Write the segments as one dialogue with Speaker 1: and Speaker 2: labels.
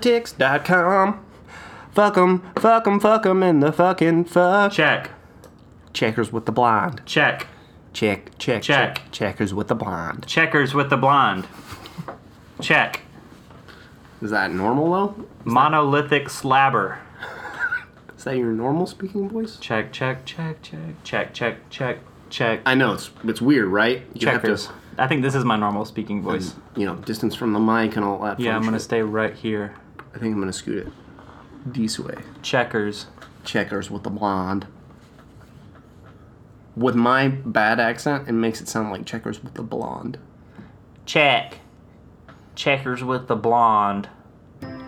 Speaker 1: Fuckpolitics.com. Fuck 'em, fuck 'em, fuck 'em in the fucking fuck.
Speaker 2: Check.
Speaker 1: Checkers with the blind.
Speaker 2: Check.
Speaker 1: Check, check,
Speaker 2: Check.
Speaker 1: Checkers with the blind.
Speaker 2: Checkers with the blonde. Check.
Speaker 1: Is that normal though?
Speaker 2: Monolithic slabber.
Speaker 1: Is that your normal speaking voice?
Speaker 2: Check, check, check, check, check, check, check, check.
Speaker 1: I know it's it's weird, right? You have to-
Speaker 2: Checkers. I think this is my normal speaking voice.
Speaker 1: you know, distance from the mic and all that.
Speaker 2: Yeah,
Speaker 1: fun
Speaker 2: I'm gonna
Speaker 1: shit.
Speaker 2: stay right here.
Speaker 1: I think I'm gonna scoot it this way.
Speaker 2: Checkers.
Speaker 1: Checkers with the blonde. With my bad accent, it makes it sound like checkers with the blonde.
Speaker 2: Check. Checkers with the blonde.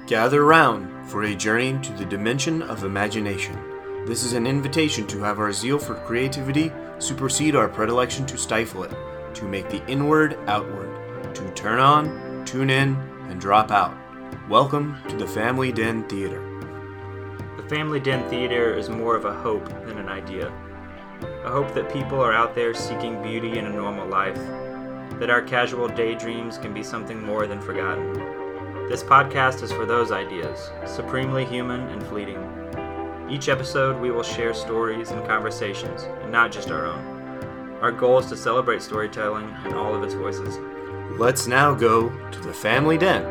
Speaker 3: Gather round for a journey into the dimension of imagination. This is an invitation to have our zeal for creativity supersede our predilection to stifle it, to make the inward outward, to turn on, tune in, and drop out. Welcome to the Family Den Theater.
Speaker 2: The Family Den Theater is more of a hope than an idea. A hope that people are out there seeking beauty in a normal life, that our casual daydreams can be something more than forgotten. This podcast is for those ideas, supremely human and fleeting. Each episode, we will share stories and conversations, and not just our own. Our goal is to celebrate storytelling in all of its voices.
Speaker 3: Let's now go to the Family Den.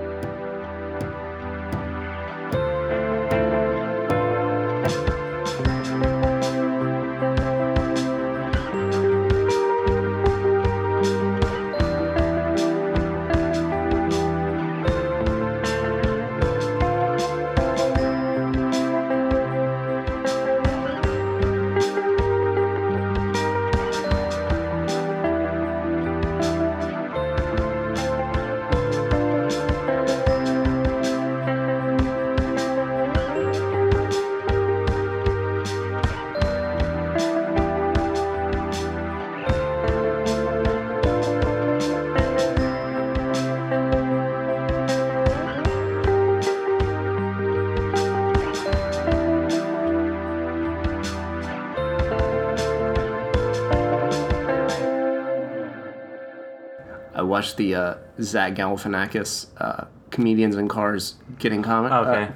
Speaker 1: I watched the uh, Zach Galifianakis uh, comedians in cars getting comic. uh,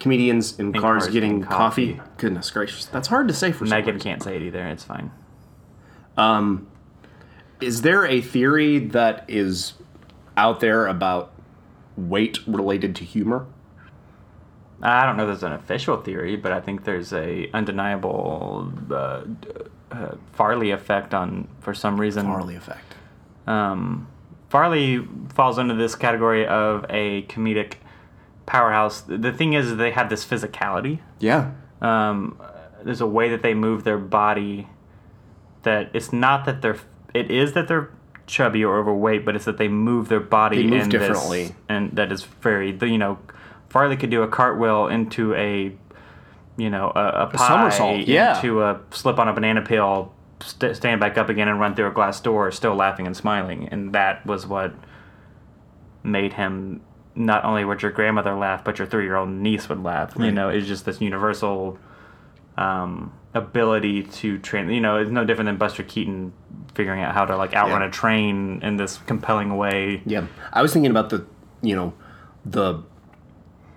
Speaker 1: comedians in, cars,
Speaker 2: cars
Speaker 1: getting
Speaker 2: getting
Speaker 1: coffee.
Speaker 2: coffee.
Speaker 1: Goodness gracious, that's hard to say for some
Speaker 2: Megan
Speaker 1: reason.
Speaker 2: can't say it either. It's fine.
Speaker 1: Is there a theory that is out there about weight related to humor?
Speaker 2: I don't know. if There's an official theory, but I think there's a undeniable uh, d- uh, Farley effect on for some reason.
Speaker 1: Marley effect.
Speaker 2: Um, Farley falls under this category of a comedic powerhouse. The thing is, they have this physicality.
Speaker 1: Yeah.
Speaker 2: Um, there's a way that they move their body. That it's not that they're. It is that they're chubby or overweight, but it's that they move their body
Speaker 1: They move
Speaker 2: in this-
Speaker 1: differently.
Speaker 2: and that is very. You know, Farley could do a cartwheel into a you know, a, a pie
Speaker 1: somersault, yeah.
Speaker 2: into a slip on a banana peel, st- stand back up again and run through a glass door, still laughing and smiling. And that was what made him not only would your grandmother laugh, but your three year old niece would laugh. You know, it's just this universal um, ability to train. You know, it's no different than Buster Keaton figuring out how to like outrun
Speaker 1: Yeah.
Speaker 2: a train in this compelling way.
Speaker 1: Yeah. I was thinking about the, you know, the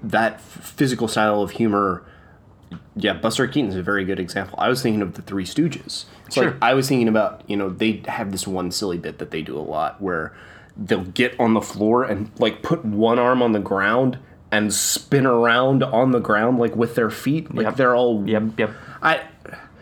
Speaker 1: that f- physical style of humor. Yeah, Buster Keaton's a very good example. I was thinking of the Three Stooges. It's
Speaker 2: Sure.
Speaker 1: like I was thinking about, you know, they have this one silly bit that they do a lot where they'll get on the floor and like put one arm on the ground and spin around on the ground like with their feet. Like
Speaker 2: Yep.
Speaker 1: they're all
Speaker 2: Yep, yep.
Speaker 1: I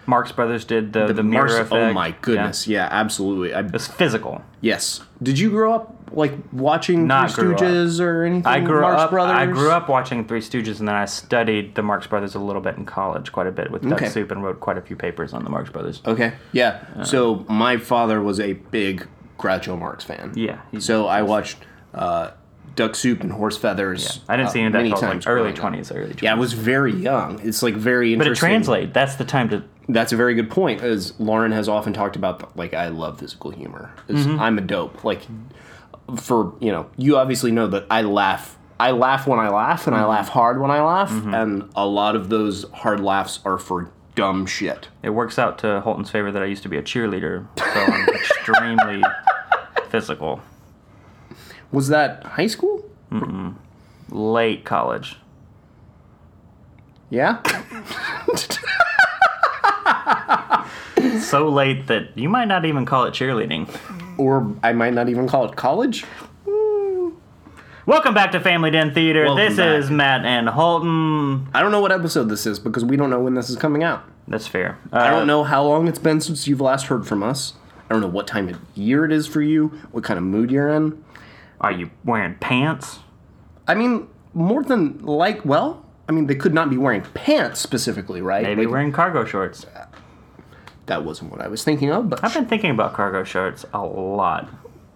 Speaker 2: Marx Brothers did the the, mirror
Speaker 1: Mars-
Speaker 2: effect.
Speaker 1: Oh my
Speaker 2: Yeah.
Speaker 1: goodness. Yeah, absolutely. I,
Speaker 2: It's physical.
Speaker 1: yes. Did you grow up like watching
Speaker 2: Not
Speaker 1: Three
Speaker 2: grew up.
Speaker 1: Stooges or anything?
Speaker 2: I grew
Speaker 1: Marx
Speaker 2: up.
Speaker 1: Brothers?
Speaker 2: I grew up watching Three Stooges, and then I studied the Marx Brothers a little bit in college, quite a bit with Doug
Speaker 1: Okay. Oh,
Speaker 2: Soup, and wrote quite a few papers on the Marx Brothers.
Speaker 1: Okay. Yeah.
Speaker 2: Uh,
Speaker 1: so my father was a big Groucho Marx fan.
Speaker 2: Yeah, he's-
Speaker 1: So I watched uh, Duck Soup and Horse Feathers.
Speaker 2: I didn't
Speaker 1: uh,
Speaker 2: see any of that
Speaker 1: many
Speaker 2: until
Speaker 1: times
Speaker 2: like early
Speaker 1: growing up.
Speaker 2: twenties, early 20s.
Speaker 1: Yeah, I was very young. It's like very
Speaker 2: but
Speaker 1: interesting.
Speaker 2: it translates. That's the time to.
Speaker 1: That's a very good point. As Lauren has often talked about, the, like I love physical humor. Is I'm a dope. Like for you know, you obviously know that I laugh. I laugh when I laugh, and I laugh hard when I laugh. And a lot of those hard laughs are for dumb shit.
Speaker 2: It works out to Holton's favor that I used to be a cheerleader, so I'm extremely physical.
Speaker 1: Was that high school?
Speaker 2: late college.
Speaker 1: Yeah.
Speaker 2: So late that you might not even call it cheerleading.
Speaker 1: or I might not even call it college.
Speaker 2: Welcome back to Family Den Theater.
Speaker 1: Welcome
Speaker 2: this
Speaker 1: back.
Speaker 2: is Matt and Holton.
Speaker 1: I don't know what episode this is because we don't know when this is coming out.
Speaker 2: That's fair. Uh,
Speaker 1: I don't know how long it's been since you've last heard from us. I don't know what time of year it is for you, what kind of mood you're in.
Speaker 2: Are you wearing pants?
Speaker 1: I mean, more than like, well, I mean, they could not be wearing pants specifically, right?
Speaker 2: Maybe
Speaker 1: Like,
Speaker 2: wearing cargo shorts.
Speaker 1: that wasn't what I was thinking of, but
Speaker 2: I've been thinking about cargo shorts a lot.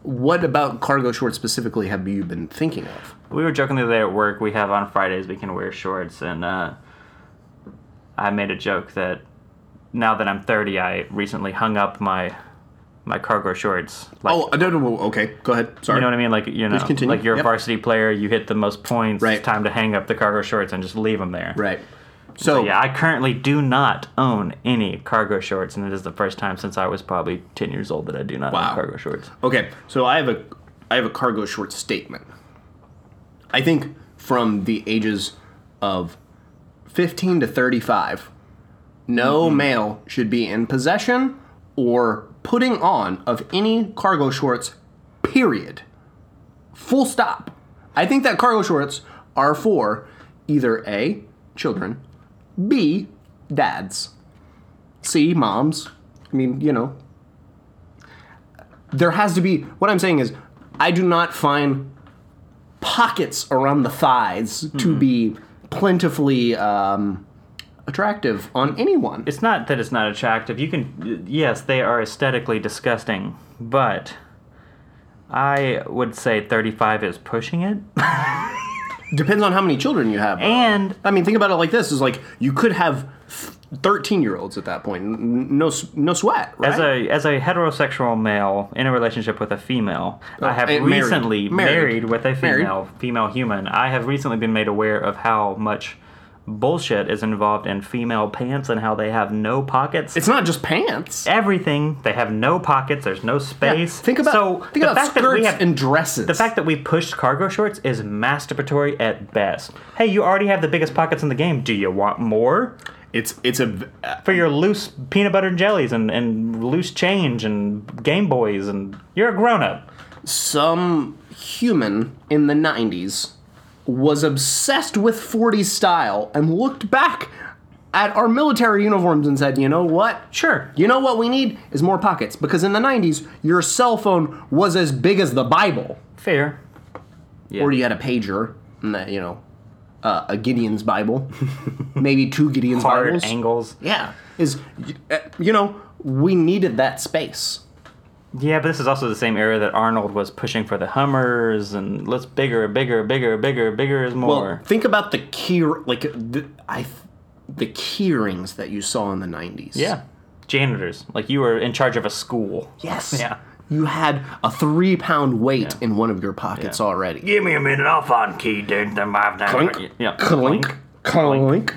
Speaker 1: what about cargo shorts specifically have you been thinking of?
Speaker 2: We were joking the other day at work. We have on Fridays we can wear shorts, and uh, I made a joke that now that I'm 30, I recently hung up my my cargo shorts. Like,
Speaker 1: Oh, no, no, no, okay, go ahead. Sorry.
Speaker 2: you know what I mean? Like you know,
Speaker 1: continue.
Speaker 2: like you're a
Speaker 1: Yep.
Speaker 2: varsity player, you hit the most points.
Speaker 1: Right.
Speaker 2: It's time to hang up the cargo shorts and just leave them there.
Speaker 1: Right. Oh. So,
Speaker 2: Yeah, I currently do not own any cargo shorts, and it is the first time since I was probably 10 years old that I do not
Speaker 1: Wow.
Speaker 2: own cargo shorts.
Speaker 1: Okay, so I have a I have a cargo short statement. I think from the ages of 15 to 35, no male should be in possession or putting on of any cargo shorts. Period. Full stop. I think that cargo shorts are for either A, children, B, dads, C, moms. I mean, you know, there has to be what i'm saying is i do not find pockets around the thighs
Speaker 2: Mm-hmm.
Speaker 1: to be plentifully um, attractive on anyone
Speaker 2: It's not that it's not attractive. You can, yes, they are aesthetically disgusting, but I would say 35 is pushing it.
Speaker 1: depends on how many children you have
Speaker 2: And
Speaker 1: i mean think about it like this is like you could have 13 year olds at that point N- no s- no sweat right
Speaker 2: as a as a heterosexual male in a relationship with a female, I have
Speaker 1: and eh, married.
Speaker 2: recently married.
Speaker 1: Married.
Speaker 2: with a
Speaker 1: Married.
Speaker 2: female female human. I have recently been made aware of how much bullshit is involved in female pants and how they have no pockets.
Speaker 1: it's not just pants
Speaker 2: everything. They have no pockets. There's no space.
Speaker 1: think about
Speaker 2: so
Speaker 1: think
Speaker 2: the
Speaker 1: about
Speaker 2: fact that we
Speaker 1: skirts
Speaker 2: have
Speaker 1: and dresses
Speaker 2: the fact that we pushed cargo shorts is masturbatory at best. Hey, you already have the biggest pockets in the game. Do you want more
Speaker 1: it's it's a v- uh,
Speaker 2: for your loose peanut butter and jellies and, and loose change and Game Boys and you're a grown up.
Speaker 1: some human in the 90s was obsessed with 40s style and looked back at our military uniforms and said, you know what?
Speaker 2: Sure.
Speaker 1: You know what we need is more pockets because in the 90s, your cell phone was as big as the Bible.
Speaker 2: Fair.
Speaker 1: Or you had a pager, and that, you know, uh, a Gideon's Bible, maybe two Gideon's
Speaker 2: Hard
Speaker 1: Bibles.
Speaker 2: angles.
Speaker 1: Yeah. Is, uh, you know, we needed that space.
Speaker 2: Yeah, but this is also the same era that Arnold was pushing for the Hummers and let's bigger, bigger, bigger, bigger, bigger is more.
Speaker 1: Well, think about the key, like the, I, th- the key rings that you saw in the '90s.
Speaker 2: yeah. Janitors. Like you were in charge of a school.
Speaker 1: Yes.
Speaker 2: Yeah.
Speaker 1: You had a three-pound weight in one of your pockets already.
Speaker 2: Give me a minute, I'll find key, dude. Then I've
Speaker 1: Clink.
Speaker 2: Yeah.
Speaker 1: Clink. Clink.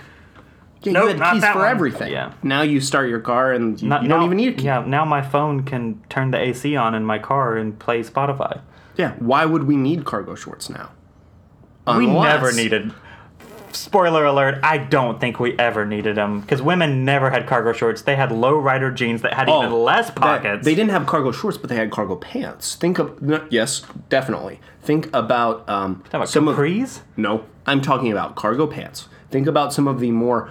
Speaker 1: Yeah,
Speaker 2: Nope,
Speaker 1: you had
Speaker 2: not
Speaker 1: keys
Speaker 2: that
Speaker 1: for
Speaker 2: one.
Speaker 1: everything.
Speaker 2: Yeah.
Speaker 1: Now you start your car and you,
Speaker 2: Not-
Speaker 1: you don't
Speaker 2: now-
Speaker 1: even need a key.
Speaker 2: Yeah, now my phone can turn the AC on in my car and play Spotify.
Speaker 1: Yeah, Why would we need cargo shorts now?
Speaker 2: We never
Speaker 1: Unless-
Speaker 2: needed. Spoiler alert, I don't think we ever needed them because women never had cargo shorts. They had low rider jeans that had even
Speaker 1: Oh,
Speaker 2: less
Speaker 1: that-
Speaker 2: pockets.
Speaker 1: they didn't have cargo shorts, but they had cargo pants. Think of no, yes, definitely. Think about um,
Speaker 2: Talking about
Speaker 1: some of-
Speaker 2: capris?
Speaker 1: No, I'm talking about cargo pants. Think about some of the more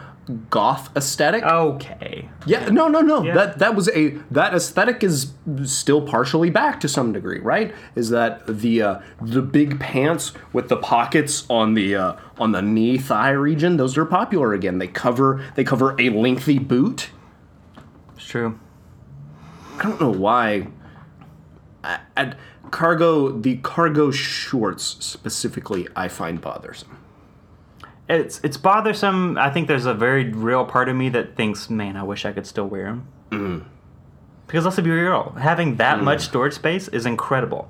Speaker 1: goth aesthetic.
Speaker 2: okay.
Speaker 1: yeah, no, no, no.
Speaker 2: Oh, Yeah.
Speaker 1: That that was a that aesthetic is still partially back to some degree, right? Is that the uh, the big pants with the pockets on the uh, on the knee thigh region? Those are popular again. They cover they cover a lengthy boot.
Speaker 2: It's true.
Speaker 1: I don't know why. I, I, cargo the cargo shorts specifically, I find bothersome.
Speaker 2: It's it's bothersome. I think there's a very real part of me that thinks, man, I wish I could still wear them.
Speaker 1: Mm-hmm.
Speaker 2: Because let's be real, having that much storage space is incredible.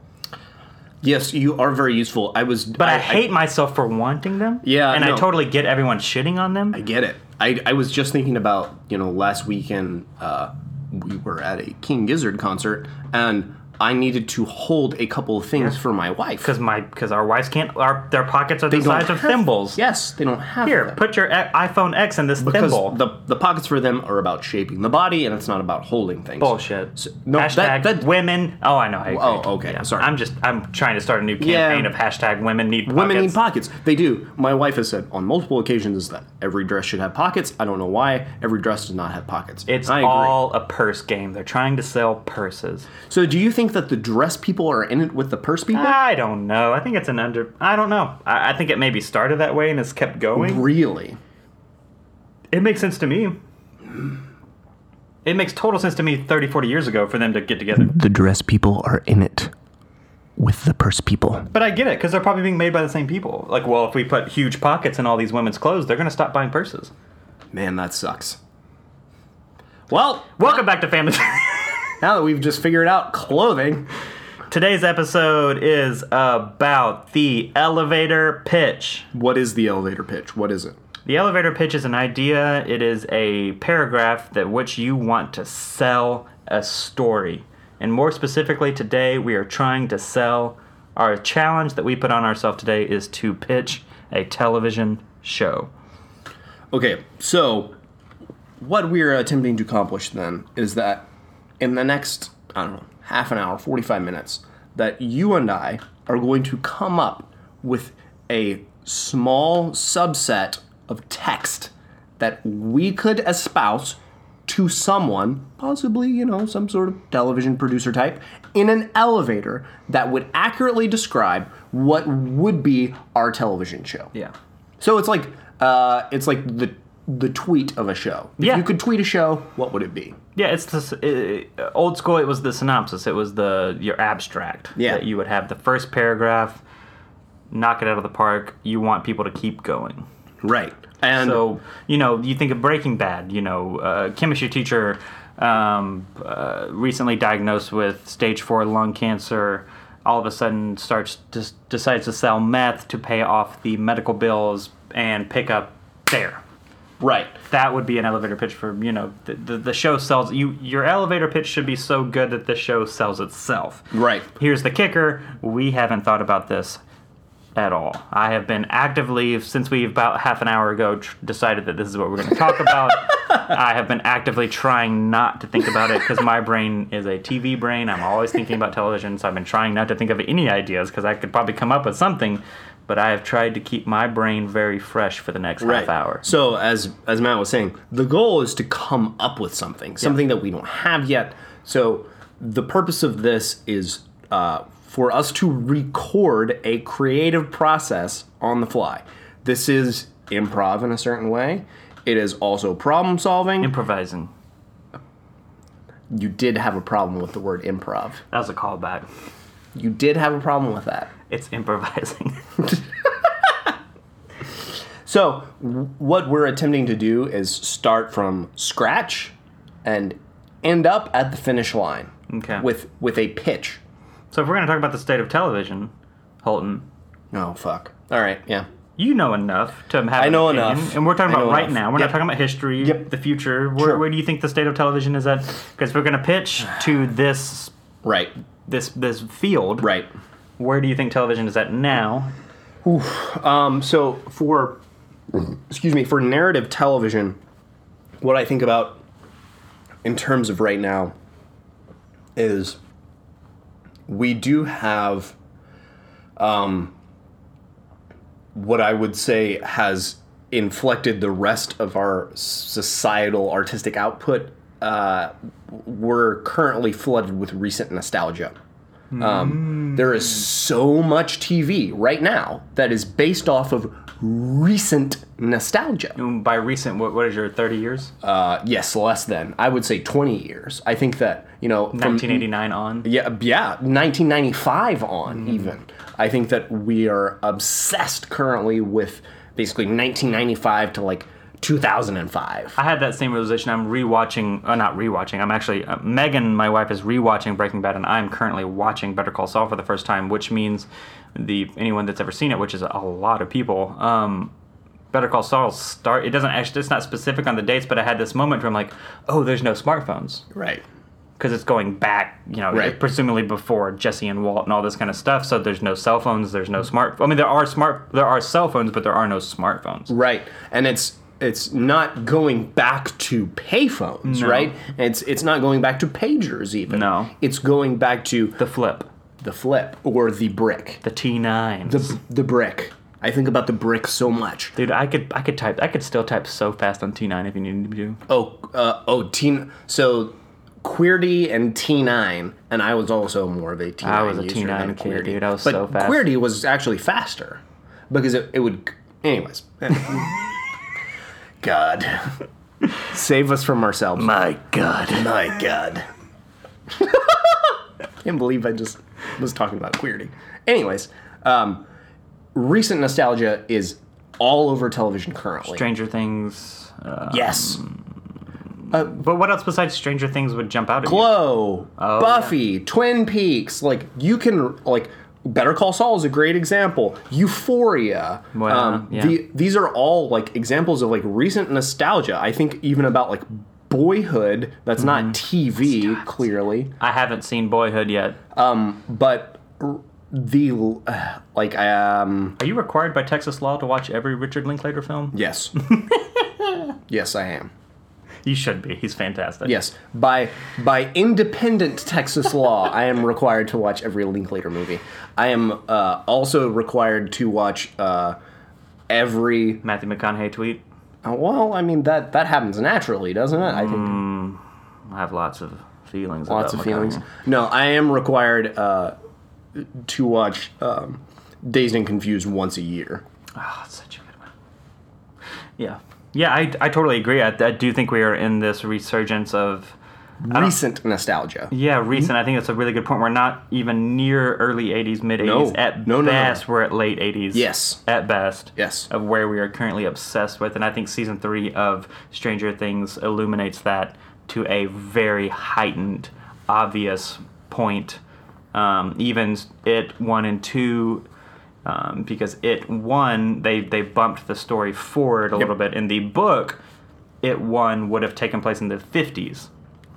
Speaker 1: Yes, you are very useful. I was,
Speaker 2: But I, hate myself for wanting them.
Speaker 1: Yeah,
Speaker 2: and I
Speaker 1: no.
Speaker 2: totally get everyone shitting on them.
Speaker 1: I get it. I, I was just thinking about, you know, last weekend uh, we were at a King Gizzard concert and I needed to hold a couple of things for my wife.
Speaker 2: because my because our wives can't our their pockets are the
Speaker 1: don't
Speaker 2: size of
Speaker 1: have-
Speaker 2: thimbles.
Speaker 1: Yes, they don't have
Speaker 2: Here,
Speaker 1: them.
Speaker 2: put your i- iPhone X in this
Speaker 1: because
Speaker 2: thimble.
Speaker 1: the the pockets for them are about shaping the body, and it's not about holding things.
Speaker 2: Bullshit.
Speaker 1: no, that-
Speaker 2: hashtag
Speaker 1: that-
Speaker 2: women. Oh, I know. I agree.
Speaker 1: Oh, okay, sorry.
Speaker 2: I'm just I'm trying to start a new
Speaker 1: Yeah.
Speaker 2: campaign of hashtag women need pockets.
Speaker 1: Women need pockets. They do. My wife has said on multiple occasions that every dress should have pockets. I don't know why every dress does not have pockets.
Speaker 2: It's
Speaker 1: I agree.
Speaker 2: all a purse game. They're trying to sell purses.
Speaker 1: So, do you think that the dress people are in it with the purse people?
Speaker 2: I don't know. I think it's an under. I don't know. I, I think it maybe started that way and it's kept going.
Speaker 1: really?
Speaker 2: It makes sense to me. It makes total sense to me 30, 40 years ago for them to get together.
Speaker 1: The dress people are in it with the purse people.
Speaker 2: But I get it because they're probably being made by the same people. Like, well, if we put huge pockets in all these women's clothes, they're going to stop buying purses.
Speaker 1: Man, that sucks. Well,
Speaker 2: Welcome back to Family.
Speaker 1: now that we've just figured out clothing,
Speaker 2: Today's episode is about the elevator pitch.
Speaker 1: what is the elevator pitch? What is it?
Speaker 2: The elevator pitch is an idea, it is a paragraph that which you want to sell a story. And more specifically, today we are trying to sell our challenge that we put on ourselves today is to pitch a television show.
Speaker 1: Okay, so what we're attempting to accomplish then is that in the next, I don't know, half an hour, 45 minutes, that you and I are going to come up with a small subset of text that we could espouse to someone, possibly, you know, some sort of television producer type, in an elevator that would accurately describe what would be our television show.
Speaker 2: Yeah.
Speaker 1: So it's like uh, it's like the the tweet of a show. If
Speaker 2: Yeah.
Speaker 1: you could tweet a show, what would it be?
Speaker 2: Yeah, it's this uh, old school. It was the synopsis. It was the your abstract.
Speaker 1: Yeah.
Speaker 2: that you would have the first paragraph, knock it out of the park. You want people to keep going.
Speaker 1: Right. And
Speaker 2: So you know, you think of Breaking Bad. You know, uh, chemistry teacher um, uh, recently diagnosed with stage four lung cancer. All of a sudden, starts dis- decides to sell meth to pay off the medical bills and pick up there
Speaker 1: right.
Speaker 2: that would be an elevator pitch for you know the, the, the show sells you your elevator pitch should be so good that the show sells itself
Speaker 1: Right.
Speaker 2: here's the kicker we haven't thought about this at all i have been actively since we about half an hour ago tr- decided that this is what we're going to talk about i have been actively trying not to think about it because my brain is a tv brain i'm always thinking about television so i've been trying not to think of any ideas because i could probably come up with something but i have tried to keep my brain very fresh for the next half
Speaker 1: Right.
Speaker 2: hour
Speaker 1: So as as Matt was saying, the goal is to come up with something, something that we don't have yet. So the purpose of this is uh, for us to record a creative process on the fly. This is improv in a certain way. It is also problem solving.
Speaker 2: improvising
Speaker 1: You did have a problem with the word improv.
Speaker 2: That was a callback.
Speaker 1: You did have a problem with that.
Speaker 2: It's improvising.
Speaker 1: So, w- what we're attempting to do is start from scratch and end up at the finish line
Speaker 2: Okay.
Speaker 1: with with a pitch.
Speaker 2: so if we're gonna talk about the state of television, Holton,
Speaker 1: Oh fuck. All right, yeah.
Speaker 2: you know enough to have.
Speaker 1: I
Speaker 2: an
Speaker 1: know
Speaker 2: opinion,
Speaker 1: enough.
Speaker 2: and we're talking
Speaker 1: I
Speaker 2: about
Speaker 1: know
Speaker 2: right
Speaker 1: enough.
Speaker 2: now. We're
Speaker 1: Yep.
Speaker 2: not talking about history,
Speaker 1: Yep.
Speaker 2: the future. Where,
Speaker 1: Sure.
Speaker 2: where do you think the state of television is at? Because we're gonna pitch to this
Speaker 1: Right.
Speaker 2: this this field.
Speaker 1: Right.
Speaker 2: Where do you think television is at now?
Speaker 1: Um so for excuse me, for narrative television, what I think about in terms of right now is we do have um, what I would say has inflected the rest of our societal artistic output. Uh, we're currently flooded with recent nostalgia. Um, There is so much TV right now that is based off of recent nostalgia.
Speaker 2: Um, By recent, what, what is your thirty years?
Speaker 1: Uh, yes, less than. I would say 20 years. I think that, you know, from-
Speaker 2: 1989 on.
Speaker 1: yeah, yeah, 1995 on even. I think that we are obsessed currently with basically 1995 to like 2005.
Speaker 2: I had that same realization. I'm rewatching, uh, not rewatching. I'm actually uh, Megan, my wife, is rewatching Breaking Bad, and I'm currently watching Better Call Saul for the first time, which means the anyone that's ever seen it, which is a lot of people. Um, Better Call Saul start. It doesn't actually. It's not specific on the dates, but I had this moment where I'm like, oh, there's no smartphones.
Speaker 1: Right.
Speaker 2: because it's going back, you know,
Speaker 1: Right.
Speaker 2: presumably before Jesse and Walt and all this kind of stuff. So there's no cell phones, there's no smart. I mean, there are smart, there are cell phones, but there are no smartphones.
Speaker 1: Right. And it's it's not going back to payphones, right? It's it's not going back to pagers even.
Speaker 2: No.
Speaker 1: It's going back to
Speaker 2: The flip,
Speaker 1: the flip or the brick.
Speaker 2: the T nine.
Speaker 1: The the brick. I think about the brick so much.
Speaker 2: Dude, I could I could type I could still type so fast on T nine if you needed me to.
Speaker 1: Oh, uh, oh, teen. So, Queerty and T9, and I was also more of a T9
Speaker 2: I was a
Speaker 1: user
Speaker 2: T9
Speaker 1: than
Speaker 2: kid, dude. I was
Speaker 1: but
Speaker 2: so fast.
Speaker 1: Queerty was actually faster because it, it would. Anyways, God, save us from ourselves.
Speaker 2: My God.
Speaker 1: My God, can't believe I just was talking about Queerty. Anyways, um, recent nostalgia is all over television currently.
Speaker 2: Stranger Things. Uh,
Speaker 1: yes.
Speaker 2: but what else besides Stranger Things would jump out at you?
Speaker 1: Glow, Buffy, Twin Peaks. Like you can like Better Call Saul is a great example. Euphoria. um,
Speaker 2: Well, yeah.
Speaker 1: the, these are all like examples of like recent nostalgia. I think even about like Boyhood. That's not TV clearly,
Speaker 2: I haven't seen Boyhood yet.
Speaker 1: but r- the uh, like um
Speaker 2: Are you required by Texas law to watch every Richard Linklater film?
Speaker 1: yes, yes I am.
Speaker 2: You should be. He's fantastic.
Speaker 1: Yes, by by independent Texas law, I am required to watch every Linklater movie. I am uh, also required to watch uh, every.
Speaker 2: Matthew McConaughey tweet.
Speaker 1: uh, Well, I mean that that happens naturally, doesn't it? I think
Speaker 2: Mm, I have lots of feelings.
Speaker 1: lots of
Speaker 2: about
Speaker 1: feelings.
Speaker 2: McConaughey.
Speaker 1: No, I am required uh, to watch um, Dazed and Confused once a year.
Speaker 2: Oh, it's such a good one. Yeah. Yeah, I, I totally agree. I, I do think we are in this resurgence of. I don't-
Speaker 1: Recent nostalgia.
Speaker 2: Yeah, recent. I think that's a really good point. We're not even near early 80s, mid 80s.
Speaker 1: No.
Speaker 2: At
Speaker 1: No, no, no.
Speaker 2: best, we're at late 80s.
Speaker 1: Yes.
Speaker 2: At best.
Speaker 1: Yes.
Speaker 2: Of where we are currently obsessed with. And I think season three of Stranger Things illuminates that to a very heightened, obvious point. Um, even it one and two. Um, because it one they they bumped the story forward a little bit in the book, it one would have taken place in the fifties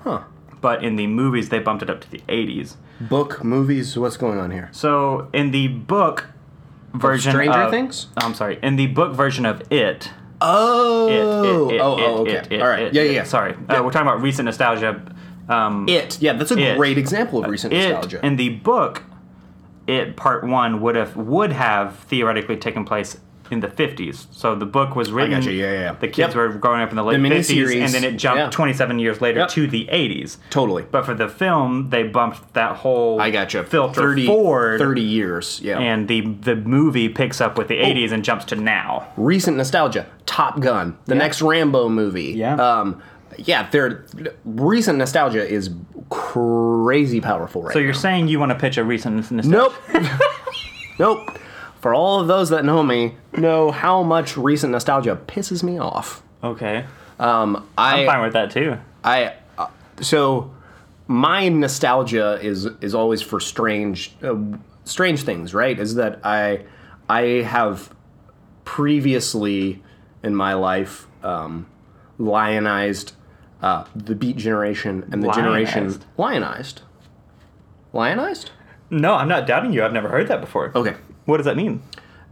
Speaker 1: Huh.
Speaker 2: but in the movies they bumped it up to the 80s.
Speaker 1: Book, movies. What's going on here?
Speaker 2: So in the book version
Speaker 1: Stranger
Speaker 2: of- Oh,
Speaker 1: Things?
Speaker 2: I'm sorry, in the book version of it.
Speaker 1: Oh,
Speaker 2: It. it, it,
Speaker 1: oh,
Speaker 2: it,
Speaker 1: oh, okay.
Speaker 2: it, it,
Speaker 1: All right.
Speaker 2: it,
Speaker 1: yeah, yeah,
Speaker 2: it.
Speaker 1: yeah.
Speaker 2: Sorry, Uh, we're talking about recent nostalgia. Um,
Speaker 1: It. Yeah, that's a
Speaker 2: It.
Speaker 1: great example of recent
Speaker 2: it
Speaker 1: nostalgia.
Speaker 2: in the book, it part one would have would have theoretically taken place in the 50s. So the book was written.
Speaker 1: gotcha, yeah, yeah, yeah.
Speaker 2: The kids
Speaker 1: Yep.
Speaker 2: were growing up in the late 50s,
Speaker 1: miniseries,
Speaker 2: and then it jumped
Speaker 1: yeah.
Speaker 2: 27 years later
Speaker 1: Yep.
Speaker 2: to the 80s.
Speaker 1: Totally.
Speaker 2: But for the film, they bumped that whole
Speaker 1: I gotcha.
Speaker 2: filter
Speaker 1: 30,
Speaker 2: forward,
Speaker 1: 30 years. Yeah.
Speaker 2: and the the movie picks up with the '80s and jumps to now.
Speaker 1: Recent nostalgia. Top Gun. The next Rambo movie.
Speaker 2: Yeah.
Speaker 1: Um, yeah. Their recent nostalgia is crazy powerful right
Speaker 2: So you're
Speaker 1: now.
Speaker 2: saying you want to pitch a recent nostalgia?
Speaker 1: Nope. nope. For all of those that know me, know how much recent nostalgia pisses me off.
Speaker 2: Okay,
Speaker 1: Um, I,
Speaker 2: I'm fine with that too.
Speaker 1: I uh, so my nostalgia is is always for strange uh, strange things, right? Is that I I have previously in my life um, lionized uh, the Beat Generation and the generation lionized
Speaker 2: Lionized?
Speaker 1: lionized.
Speaker 2: No, I'm not doubting you. I've never heard that before.
Speaker 1: Okay,
Speaker 2: What does that mean?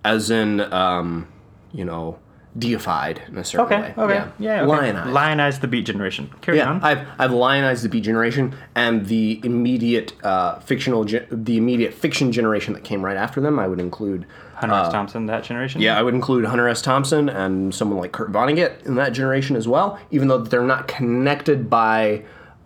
Speaker 1: as in um, you know deified in a certain
Speaker 2: Okay.
Speaker 1: way.
Speaker 2: Okay. Yeah.
Speaker 1: yeah,
Speaker 2: okay.
Speaker 1: lionized.
Speaker 2: Lionize the beat generation. Carry
Speaker 1: Yeah,
Speaker 2: on.
Speaker 1: I've I've lionized the Beat Generation and the immediate uh, fictional ge- the immediate fiction generation that came right after them. I would include
Speaker 2: Hunter S. Thompson, that generation.
Speaker 1: uh, yeah, I would include Hunter S. Thompson and someone like Kurt Vonnegut in that generation as well. Even though they're not connected by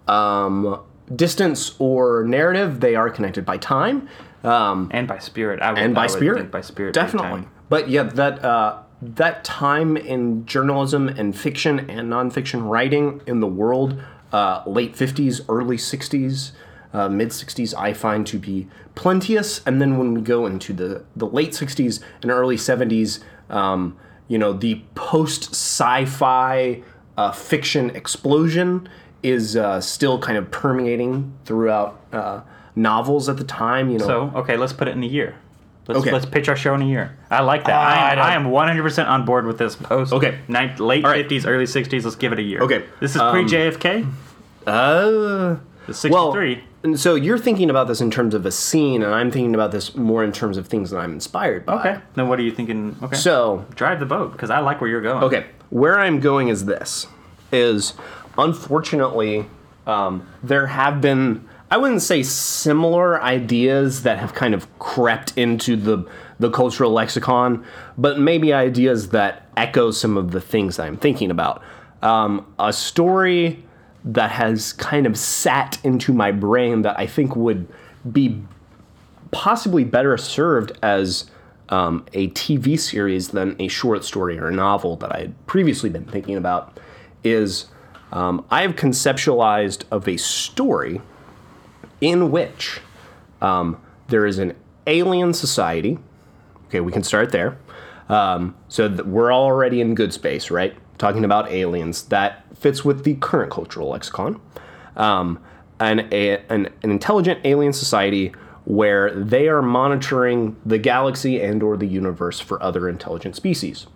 Speaker 1: um, distance or narrative, they are connected by time um,
Speaker 2: And by spirit. I would,
Speaker 1: and by
Speaker 2: I would
Speaker 1: spirit.
Speaker 2: Think by spirit. big
Speaker 1: definitely.
Speaker 2: time.
Speaker 1: But yeah, that. Uh, that time in journalism and fiction and nonfiction writing in the world, uh, late 50s, early 60s, uh, mid 60s, I find to be plenteous. And then when we go into the, the late 60s and early 70s, um, you know, the post sci fi uh, fiction explosion is uh, still kind of permeating throughout uh, novels at the time. You know,
Speaker 2: So okay, let's put it in a year. Let's,
Speaker 1: Okay.
Speaker 2: let's pitch our show in a year. I like that.
Speaker 1: I don't-
Speaker 2: Ah, I, I am 100% on board with this post.
Speaker 1: Okay.
Speaker 2: Ninth, late
Speaker 1: right. Um,
Speaker 2: 50s, early 60s. Let's give it a year.
Speaker 1: Okay.
Speaker 2: This is pre JFK.
Speaker 1: Uh,
Speaker 2: The 63.
Speaker 1: and so you're thinking about this in terms of a scene, and I'm thinking about this more in terms of things that I'm inspired by.
Speaker 2: okay. Then what are you thinking? Okay.
Speaker 1: So
Speaker 2: drive the boat because I like where you're going.
Speaker 1: Okay, where I'm going is this: is unfortunately um, there have been I wouldn't say similar ideas that have kind of crept into the the cultural lexicon, but maybe ideas that echo some of the things that I'm thinking about. Um, a story that has kind of sat into my brain that I think would be possibly better served as um, a TV series than a short story or a novel that I had previously been thinking about is um, I have conceptualized of a story in which um, there is an alien society. Okay, we can start there. Um, so th- we're already in good space, right? Talking about aliens that fits with the current cultural lexicon um, an, a, an, an intelligent alien society where they are monitoring the galaxy and or the universe for other intelligent species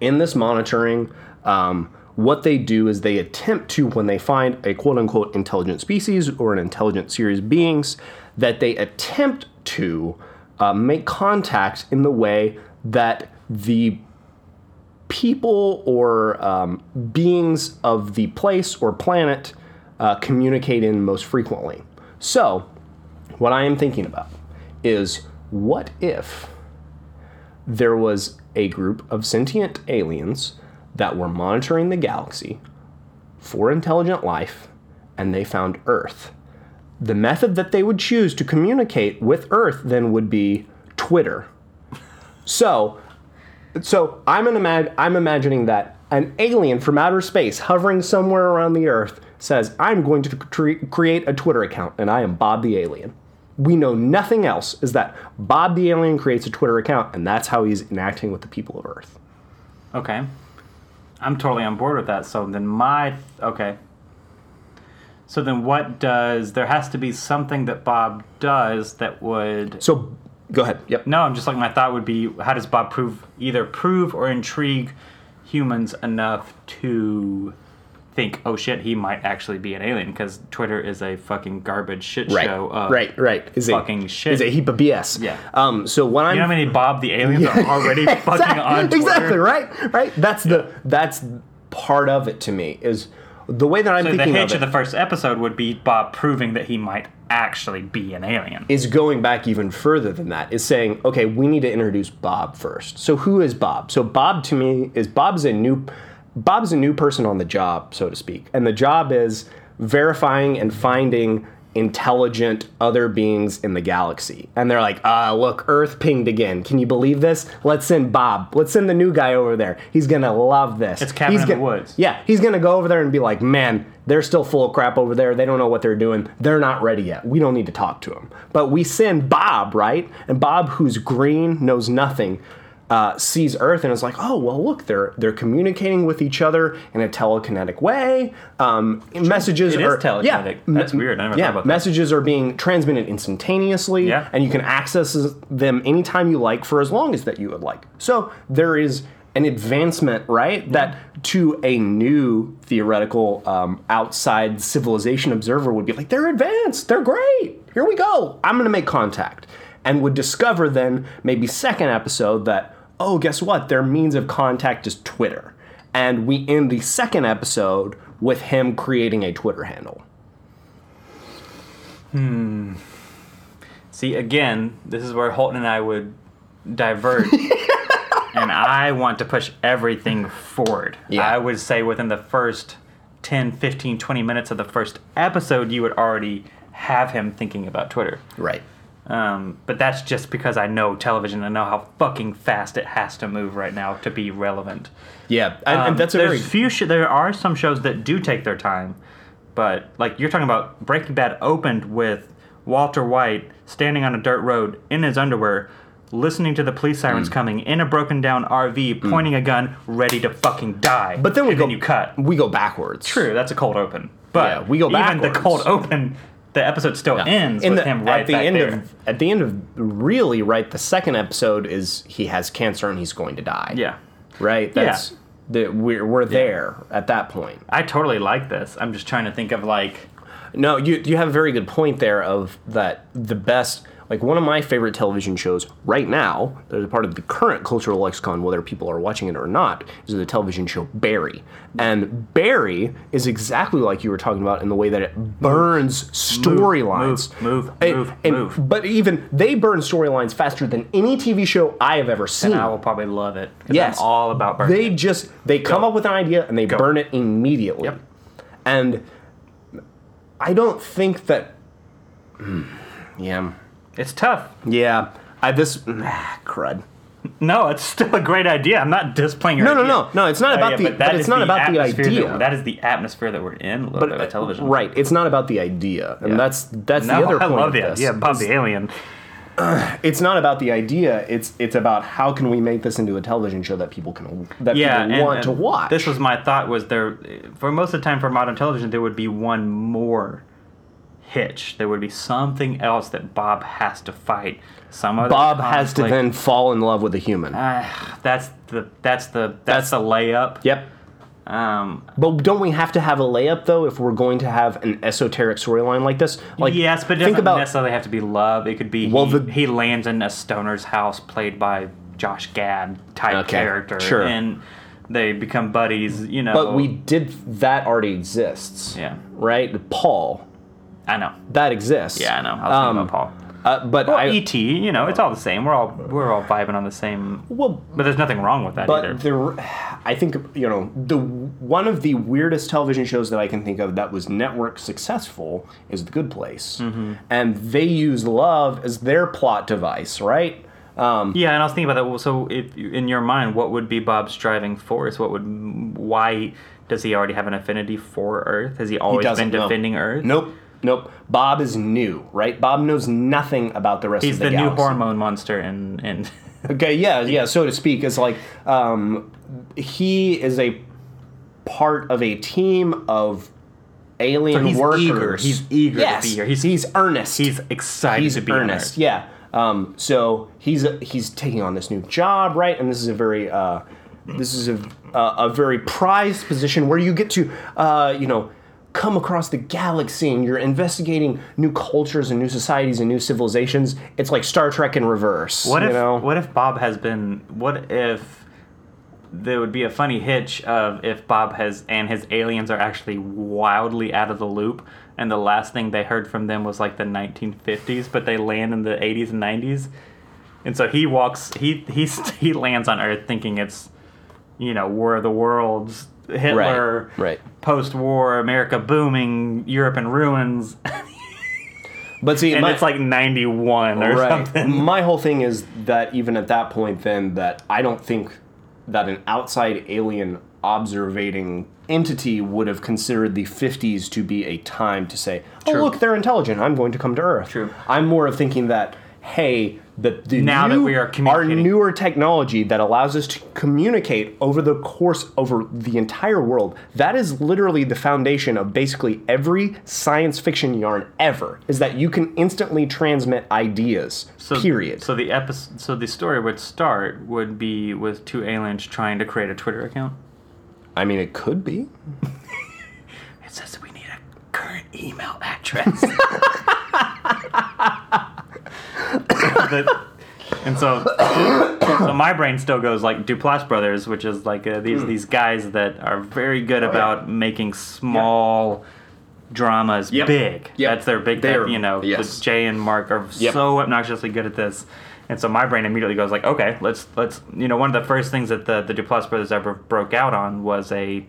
Speaker 1: in this monitoring um, what they do is they attempt to when they find a quote unquote intelligent species or an intelligent series of beings that they attempt to uh, make contact in the way that the people or um, beings of the place or planet uh, communicate in most frequently. So, what I am thinking about is what if there was a group of sentient aliens that were monitoring the galaxy for intelligent life and they found Earth? The method that they would choose to communicate with Earth then would be Twitter. So, so I'm an imag- I'm imagining that an alien from outer space hovering somewhere around the Earth says, "I'm going to cre- create a Twitter account, and I am Bob the Alien." We know nothing else is that Bob the Alien creates a Twitter account, and that's how he's enacting with the people of Earth.
Speaker 2: Okay. I'm totally on board with that. So then my okay. So then what does there has to be something that Bob does that would
Speaker 1: So, go ahead. Yep.
Speaker 2: No, I'm just like my thought would be how does Bob prove either prove or intrigue humans enough to think, "Oh shit, he might actually be an alien" cuz Twitter is a fucking garbage shit
Speaker 1: Right.
Speaker 2: show of
Speaker 1: right. Right. Is
Speaker 2: uh, fucking
Speaker 1: a,
Speaker 2: shit.
Speaker 1: Is a heap of BS.
Speaker 2: Yeah.
Speaker 1: Um. So what I'm
Speaker 2: You know how many Bob the aliens are already fucking on Twitter?
Speaker 1: exactly right. Right. That's the that's part of it to me is the way that I'm
Speaker 2: So the
Speaker 1: thinking of
Speaker 2: hitch
Speaker 1: it.
Speaker 2: of the first episode would be Bob proving that he might actually be an alien.
Speaker 1: is going back even further than that is saying okay we need to introduce bob first so who is bob so bob to me is bob's a new bob's a new person on the job so to speak and the job is verifying and finding intelligent other beings in the galaxy and they're like ah look earth pinged again can you believe this let's send bob let's send the new guy over there he's gonna love this
Speaker 2: It's Cabin
Speaker 1: He's
Speaker 2: in the
Speaker 1: gonna-
Speaker 2: Woods.
Speaker 1: yeah, he's gonna go over there and be like, "Man, they're still full of crap over there. They don't know what they're doing. They're not ready yet. We don't need to talk to them." But we send Bob, right? And Bob, who's green, knows nothing, uh, sees Earth and is like, "Oh, well, look, they're they're communicating with each other in a telekinetic way. Um, messages
Speaker 2: It is
Speaker 1: are
Speaker 2: telekinetic.
Speaker 1: Yeah,
Speaker 2: That's weird. I never
Speaker 1: yeah,
Speaker 2: thought about that.
Speaker 1: messages are being transmitted instantaneously,
Speaker 2: Yeah.
Speaker 1: and you can access them anytime you like for as long as that you would like. So there is an advancement, right? That to a new theoretical um, outside civilization observer would be like, they're advanced, they're great. Here we go. I'm going to make contact, and would discover then maybe second episode that oh, guess what? Their means of contact is Twitter, and we end the second episode with him creating a Twitter handle.
Speaker 2: See, again, this is where Holton and I would diverge. and I want to push everything forward.
Speaker 1: Yeah.
Speaker 2: I would say within the first 10, 15, 20 minutes of the first episode, you would already have him thinking about Twitter.
Speaker 1: Right.
Speaker 2: Um, but that's just because I know television and know how fucking fast it has to move right now to be relevant.
Speaker 1: Yeah, and,
Speaker 2: Um,
Speaker 1: and that's a
Speaker 2: there's
Speaker 1: very
Speaker 2: few. Sh- there are some shows that do take their time, but like you're talking about, Breaking Bad opened with Walter White standing on a dirt road in his underwear, listening to the police sirens
Speaker 1: Mm.
Speaker 2: coming in a broken down RV, pointing a gun, ready to fucking die.
Speaker 1: But then we
Speaker 2: and
Speaker 1: go
Speaker 2: then you cut.
Speaker 1: We go backwards.
Speaker 2: True, that's a cold open. But
Speaker 1: Yeah, we go
Speaker 2: Even the cold
Speaker 1: backwards.
Speaker 2: open, the episode still ends
Speaker 1: In
Speaker 2: with
Speaker 1: the-
Speaker 2: him right
Speaker 1: at the
Speaker 2: back
Speaker 1: end
Speaker 2: there.
Speaker 1: of at the end of really right the second episode is he has cancer and he's going to die.
Speaker 2: yeah.
Speaker 1: Right? That's that we're we're there at that point.
Speaker 2: I totally like this. I'm just trying to think of like
Speaker 1: No, you you have a very good point there of that the best like one of my favorite television shows right now that is a part of the current cultural lexicon, whether people are watching it or not, is the television show Barry. And Barry is exactly like you were talking about in the way that it burns storylines.
Speaker 2: move, move,
Speaker 1: And-
Speaker 2: move,
Speaker 1: and-
Speaker 2: move.
Speaker 1: But even they burn storylines faster than any TV show I have ever seen.
Speaker 2: And I will probably love it. 'cause
Speaker 1: Hmm. Yes.
Speaker 2: I'm all about burning.
Speaker 1: They just they come up with an idea and they burn it immediately.
Speaker 2: Yep.
Speaker 1: And I don't think that. Hmm. Yeah.
Speaker 2: it's tough.
Speaker 1: Yeah. I this ah, crud.
Speaker 2: No, it's still a great idea. I'm not displaying your
Speaker 1: No, no,
Speaker 2: idea.
Speaker 1: no, no. It's not
Speaker 2: Uh,
Speaker 1: about
Speaker 2: yeah,
Speaker 1: the. But,
Speaker 2: that
Speaker 1: it's
Speaker 2: is
Speaker 1: not about the
Speaker 2: atmosphere
Speaker 1: idea.
Speaker 2: That, that is the atmosphere that we're in. A little bit of television,
Speaker 1: Uh, Right. It's not about the idea, and
Speaker 2: Yeah.
Speaker 1: that's that's
Speaker 2: No,
Speaker 1: the other
Speaker 2: I
Speaker 1: point.
Speaker 2: love
Speaker 1: of
Speaker 2: the
Speaker 1: this.
Speaker 2: idea about the alien.
Speaker 1: It's not about the idea. It's it's about how can we make this into a television show that people can that
Speaker 2: Yeah,
Speaker 1: people
Speaker 2: and-
Speaker 1: want
Speaker 2: and
Speaker 1: to watch.
Speaker 2: This was my thought. Was there for most of the time for modern television there would be one more hitch. There would be something else that Bob has to fight. Some other
Speaker 1: Bob has to
Speaker 2: conflict.
Speaker 1: then fall in love with a human.
Speaker 2: Ah, that's the that's the that's, the layup.
Speaker 1: yep.
Speaker 2: Um,
Speaker 1: But don't we have to have a layup though if we're going to have an esoteric storyline like this? Like
Speaker 2: yes, but it doesn't
Speaker 1: think about
Speaker 2: necessarily have to be love. It could be
Speaker 1: Well,
Speaker 2: he,
Speaker 1: the-
Speaker 2: he lands in a stoner's house played by Josh Gad type
Speaker 1: Okay,
Speaker 2: character,
Speaker 1: sure.
Speaker 2: and they become buddies. You know,
Speaker 1: but we did that already exists.
Speaker 2: yeah,
Speaker 1: Right? Paul
Speaker 2: I know.
Speaker 1: that exists.
Speaker 2: Yeah, I know. I was thinking
Speaker 1: Um,
Speaker 2: about Paul.
Speaker 1: Uh, but
Speaker 2: Well,
Speaker 1: I
Speaker 2: ET, you know, it's all the same. We're all we're all vibing on the same.
Speaker 1: well
Speaker 2: But there's nothing wrong with that either.
Speaker 1: But there, I think you know the one of the weirdest television shows that I can think of that was network successful is The Good Place,
Speaker 2: Mm-hmm.
Speaker 1: and they use love as their plot device, right? Um,
Speaker 2: yeah, and I was thinking about that. Well, so if you- in your mind, what would be Bob's driving force? What would why does he already have an affinity for Earth? Has he always
Speaker 1: doesn't,
Speaker 2: been
Speaker 1: no.
Speaker 2: defending Earth?
Speaker 1: Nope, nope. Bob is new, right? Bob knows nothing about the rest
Speaker 2: He's
Speaker 1: of
Speaker 2: the,
Speaker 1: the,
Speaker 2: new
Speaker 1: galaxy.
Speaker 2: hormone monster, and and
Speaker 1: Okay, yeah, yeah, so to speak. It's like um, he is a part of a team of alien
Speaker 2: So he's
Speaker 1: workers.
Speaker 2: eager. He's eager to
Speaker 1: Yes,
Speaker 2: be here.
Speaker 1: He's,
Speaker 2: He's-
Speaker 1: earnest.
Speaker 2: he's excited
Speaker 1: he's
Speaker 2: to be on
Speaker 1: earnest.
Speaker 2: Earth.
Speaker 1: Yeah. Um, so he's he's taking on this new job, right? And this is a very uh, this is a a, a very prized position where you get to uh, you know come across the galaxy and you're investigating new cultures and new societies and new civilizations. It's like Star Trek in reverse.
Speaker 2: What
Speaker 1: you
Speaker 2: if
Speaker 1: know?
Speaker 2: what if Bob has been? What if there would be a funny hitch of if Bob has and his aliens are actually wildly out of the loop, and the last thing they heard from them was like the 1950s, but they land in the 80s and 90s, and so he walks he he he lands on Earth thinking it's you know War of the Worlds, Hitler,
Speaker 1: right.
Speaker 2: post-war America booming, Europe in ruins,
Speaker 1: But see,
Speaker 2: and
Speaker 1: my,
Speaker 2: it's like 91 or
Speaker 1: right.
Speaker 2: something.
Speaker 1: My whole thing is that even at that point, then that I don't think that an outside alien observating entity would have considered the 50s to be a time to say, "Oh,
Speaker 2: True.
Speaker 1: look, they're intelligent. I'm going to come to Earth."
Speaker 2: True.
Speaker 1: I'm more of thinking that, hey, that the
Speaker 2: Now that
Speaker 1: new-
Speaker 2: we are
Speaker 1: our
Speaker 2: communicating.
Speaker 1: newer technology that allows us to communicate over the course over the entire world that is literally the foundation of basically every science fiction yarn ever is that you can instantly transmit ideas period
Speaker 2: So the episode, so the story would start would be with two aliens trying to create a Twitter account.
Speaker 1: i mean it could be
Speaker 2: It says we need a current email address. The- and so, so my brain still goes like Duplass Brothers, which is like uh, these these guys that are very good about making small dramas
Speaker 1: Yep.
Speaker 2: big.
Speaker 1: Yep.
Speaker 2: That's their big.
Speaker 1: They're-
Speaker 2: you know,
Speaker 1: yes.
Speaker 2: the Jay and Mark are
Speaker 1: Yep.
Speaker 2: so obnoxiously good at this. And so my brain immediately goes like, okay, let's let's you know one of the first things that the the Duplass brothers ever broke out on was a